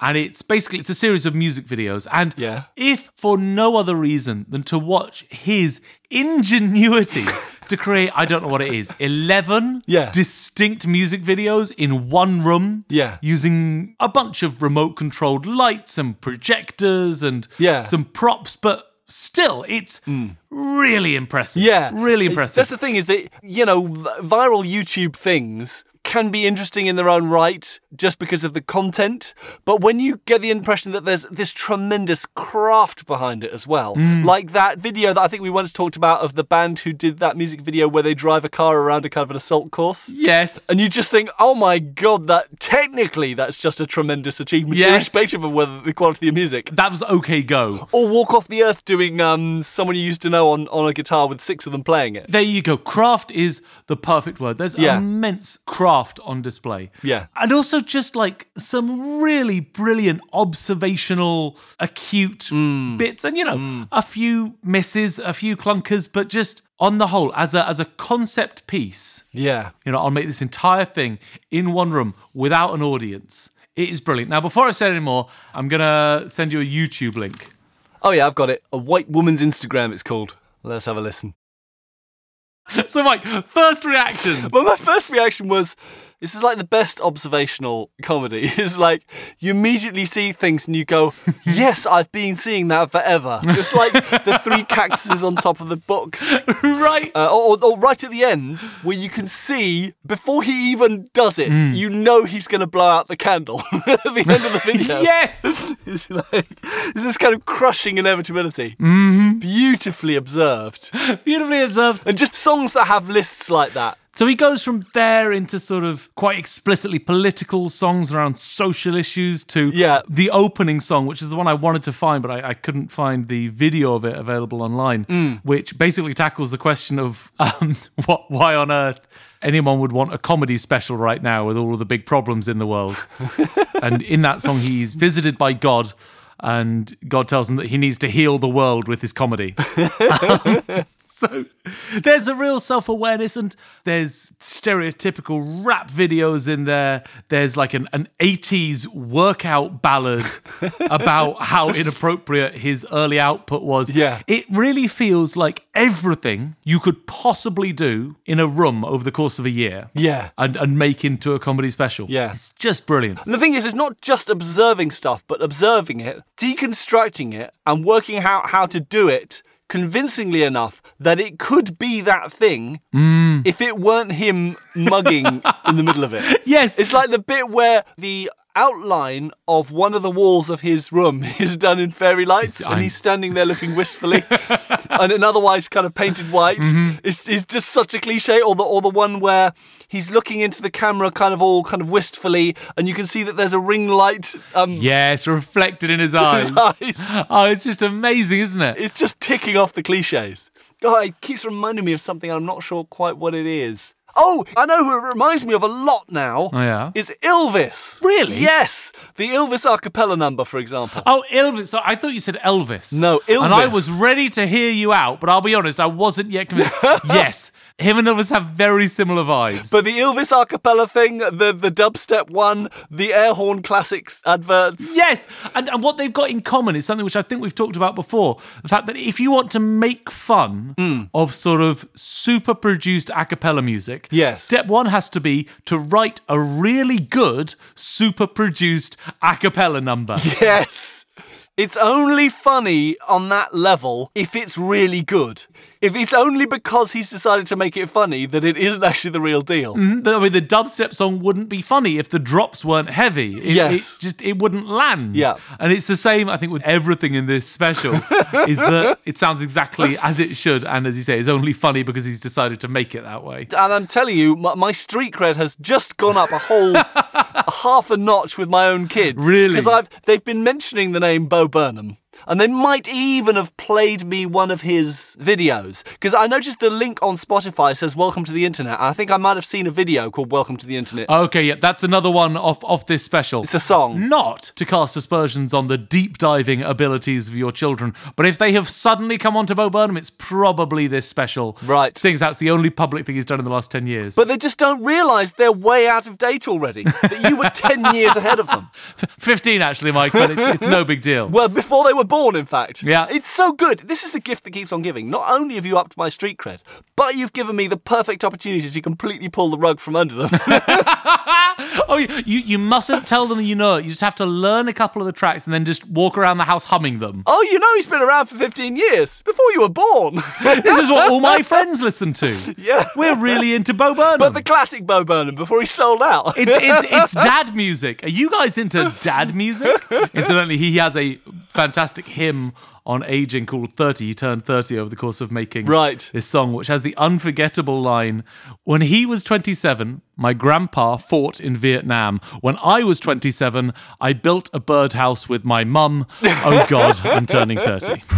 B: And it's basically it's a series of music videos. And
A: Yeah.
B: if for no other reason than to watch his
A: *laughs*
B: ingenuity to create, I don't know what it is, eleven
A: Yeah.
B: distinct music videos in one room.
A: Yeah.
B: Using a bunch of remote controlled lights and projectors and
A: Yeah. Mm.
B: some props, but still it's really impressive.
A: Yeah.
B: Really
A: It-
B: impressive.
A: That's the thing is that, you know, v- viral YouTube things can be interesting in their own right just because of the content. But when you get the impression that there's this tremendous craft behind it as well,
B: Mm.
A: like that video that I think we once talked about of the band who did that music video where they drive a car around a kind of an assault course.
B: yes.
A: And you just think, oh my god, that technically that's just a tremendous achievement,
B: Yes.
A: irrespective of whether the quality of music.
B: That was okay go.
A: Or Walk Off the Earth doing um, someone you used to know on, on a guitar with six of them playing it.
B: There you go. Craft is the perfect word. There's
A: Yeah.
B: immense craft on display.
A: Yeah.
B: And also just like some really brilliant observational, acute
A: Mm.
B: bits. And you know, a few misses, a few clunkers, but just on the whole, as a as a concept piece,
A: Yeah.
B: you know, I'll make this entire thing in one room without an audience. It is brilliant. Now, before I say any more, I'm gonna send you a YouTube link. *laughs*
A: Oh yeah, I've got it. A white woman's Instagram, it's called. Let's have a listen.
B: So, Mike,
A: *laughs*
B: first reactions. *laughs*
A: Well, my first reaction was, this is like the best observational comedy. *laughs* It's like you immediately see things and you go, yes, I've been seeing that forever. Just like the three cactuses on top of the box.
B: right.
A: Uh, or, or right at the end, where you can see before he even does it, you know he's going to blow out the candle *laughs* at the end of the
B: *laughs*
A: video.
B: Yes.
A: it's like it's this kind of crushing inevitability, beautifully observed,
B: Beautifully observed.
A: and just songs that have lists like that.
B: So he goes from there into sort of quite explicitly political songs around social issues to
A: Yeah.
B: the opening song, which is the one I wanted to find, but I, I couldn't find the video of it available online, which basically tackles the question of um, *laughs* what, why on earth anyone would want a comedy special right now with all of the big problems in the world. and in that song, he's visited by God. And God tells him that he needs to heal the world with his comedy. *laughs* Um, So there's a real self awareness, and there's stereotypical rap videos in there. There's like an, an 80s
A: *laughs*
B: workout ballad about how inappropriate his early output was.
A: Yeah.
B: It really feels like everything you could possibly do in a room over the course of a year.
A: Yeah.
B: And, and make into a comedy special.
A: Yeah.
B: It's just brilliant.
A: And the thing is, it's not just observing stuff, but observing it, deconstructing it, and working out how to do it convincingly enough that it could be that thing
B: Mm.
A: if it weren't him
B: *laughs*
A: mugging in the middle of it.
B: Yes.
A: It's like the bit where the outline of one of the walls of his room *laughs* is done in fairy lights and
B: I'm-
A: he's standing there looking
B: *laughs*
A: wistfully and in otherwise kind of painted white
B: Mm-hmm.
A: it's, it's just such a cliche or the, or the one where he's looking into the camera kind of all kind of wistfully and you can see that there's a ring light um,
B: yes, reflected in his eyes.
A: eyes.
B: *laughs* Oh, it's just amazing, isn't it?
A: it's just ticking off the cliches oh it keeps reminding me of something i'm not sure quite what it is Oh, I know who it reminds me of a lot now.
B: Oh, yeah?
A: Is Ilvis.
B: Really?
A: Yes. The Ilvis a cappella number, for example.
B: Oh, Elvis. So I thought you said Elvis.
A: No,
B: And I
A: Ilvis.
B: was ready to hear you out, but I'll be honest, I wasn't yet convinced. yes, him and Elvis have very similar vibes.
A: But the Ilvis a cappella thing, the, the dubstep one, the air horn classics adverts.
B: yes, and, and what they've got in common is something which I think we've talked about before the fact that if you want to make fun of sort of super produced a cappella music,
A: Yes.
B: step one has to be to write a really good super produced a cappella number.
A: Yes. It's only funny on that level if it's really good. If it's only because he's decided to make it funny that it isn't actually the real deal.
B: I mean, the dubstep song wouldn't be funny if the drops weren't heavy. It,
A: Yes.
B: it just it wouldn't land.
A: Yeah.
B: and it's the same. I think with everything in this special
A: *laughs*
B: is that it sounds exactly as it should, and as you say, it's only funny because he's decided to make it that way.
A: And I'm telling you, my, my street cred has just gone up a whole a half a notch with my own kids.
B: Really?
A: Because I've they've been mentioning the name Bo Burnham. And they might even have played me one of his videos. Because I noticed the link on Spotify says Welcome to the Internet. And I think I might have seen a video called Welcome to the Internet.
B: Okay, yeah, that's another one off off this special.
A: it's a song.
B: not to cast aspersions on the deep diving abilities of your children, but if they have suddenly come onto Bo Burnham, it's probably this special.
A: Right.
B: Seeing as that's the only public thing he's done in the last 10 years.
A: But they just don't realise they're way out of date already. That you were
B: *laughs*
A: 10 years ahead of them.
B: 15, actually, Mike, but it's, it's
A: *laughs*
B: no big deal.
A: Well, before they were born, in fact.
B: Yeah.
A: It's so good. This is the gift that keeps on giving. Not only have you upped my street cred, but you've given me the perfect opportunity to completely pull the rug from under
B: *laughs*
A: them.
B: Oh, you, you you mustn't tell them that you know it. You just have to learn a couple of the tracks and then just walk around the house humming them.
A: oh, you know he's been around for 15 years, before you were born. *laughs*
B: This is what all my friends listen to.
A: Yeah.
B: We're really into Bo Burnham.
A: but the classic Bo Burnham before he sold out.
B: It, it, it's dad music. Are you guys into dad music? Incidentally, he has a fantastic hymn on aging called 30. He turned 30 over the course of making
A: Right.
B: this song, which has the unforgettable line When he was 27, my grandpa fought in Vietnam. When I was 27, I built a birdhouse with my mum. Oh, God, I'm turning 30.
A: *laughs*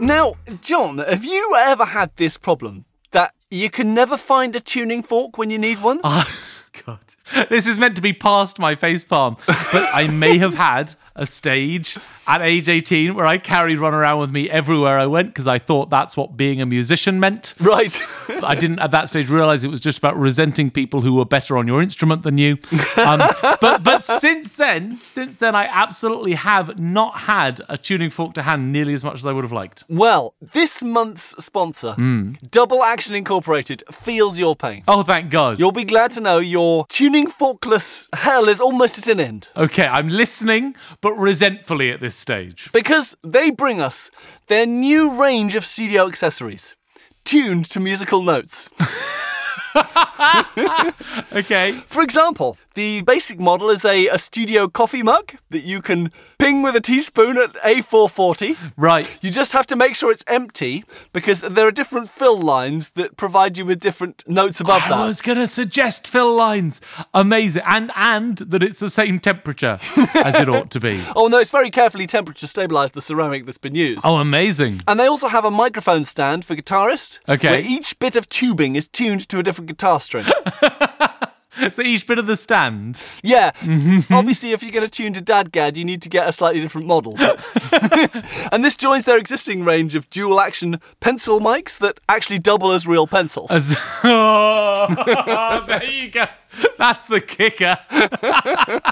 A: Now, John, have you ever had this problem that you can never find a tuning fork when you need one?
B: Uh, *laughs* Oh, God. This is meant to be past my face palm, but I may have had a stage at age 18 where I carried one around with me everywhere I went because I thought that's what being a musician meant.
A: Right.
B: *laughs* I didn't at that stage realize it was just about resenting people who were better on your instrument than you. Um, but but since then, since then, I absolutely have not had a tuning fork to hand nearly as much as I would have liked.
A: well, this month's sponsor,
B: Hmm.
A: Double Action Incorporated, feels your pain.
B: Oh, thank God.
A: You'll be glad to know your tuning forkless hell is almost at an end
B: okay, I'm listening, but resentfully at this stage.
A: because they bring us their new range of studio accessories tuned to musical notes.
B: Okay.
A: For example, the basic model is a, a studio coffee mug that you can ping with a teaspoon at A440.
B: Right.
A: You just have to make sure it's empty because there are different fill lines that provide you with different notes above that.
B: I was going to suggest fill lines. Amazing. And and that it's the same temperature as it ought to be.
A: Oh no, it's very carefully temperature stabilized the ceramic that's been used.
B: Oh, amazing.
A: And they also have a microphone stand for guitarist.
B: Okay.
A: Where each bit of tubing is tuned to a different guitar string. *laughs*
B: So each bit of the stand.
A: yeah.
B: Mm-hmm.
A: Obviously, if you're going to tune to Dadgad, you need to get a slightly different
B: *laughs*
A: model. *laughs* but- and this joins their existing range of dual action pencil mics that actually double as real pencils.
B: As- *laughs* oh, there you go. That's the kicker. *laughs*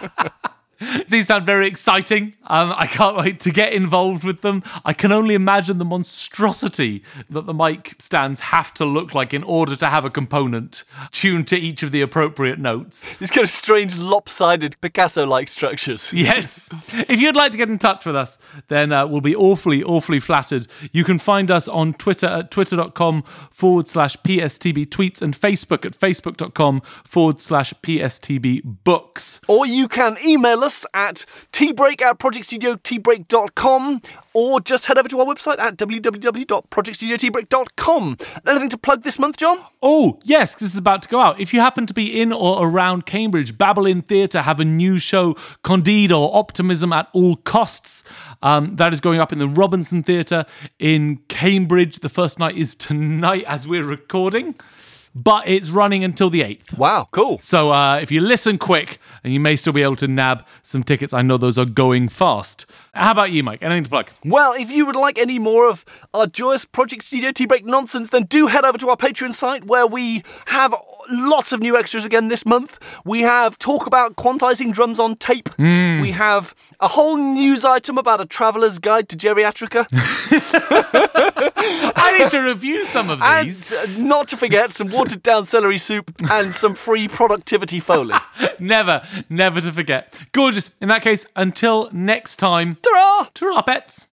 B: These sound very exciting. Um, I can't wait to get involved with them. I can only imagine the monstrosity that the mic stands have to look like in order to have a component tuned to each of the appropriate notes.
A: These kind of strange lopsided Picasso like structures.
B: Yes. If you'd like to get in touch with us, then uh, we'll be awfully, awfully flattered. You can find us on Twitter at twitter.com forward slash PSTB tweets and Facebook at facebook.com forward slash PSTB books.
A: Or you can email us at tbreak at projectstudiotbreak.com or just head over to our website at www.projectstudiotbreak.com. Anything to plug this month, John?
B: Oh, yes, 'cause this is about to go out. If you happen to be in or around Cambridge, Babylon Theatre have a new show, Candide or Optimism at All Costs. Um, that is going up in the Robinson Theatre in Cambridge. The first night is tonight as we're recording, but it's running until the 8th.
A: Wow, cool.
B: So uh, if you listen quick, and you may still be able to nab some tickets. I know those are going fast. How about you, Mike? Anything to plug?
A: Well, if you would like any more of our joyous Project Studio Tea Break nonsense, then do head over to our Patreon site where we have lots of new extras again this month. We have talk about quantizing drums on tape. We have a whole news item about a traveler's guide to geriatrica.
B: I need to review some of these.
A: and uh, not to forget some watered down celery soup and some free productivity foley.
B: never, never to forget. Gorgeous. In that case, until next time,
A: Ta-ra!
B: ta-ra, pets.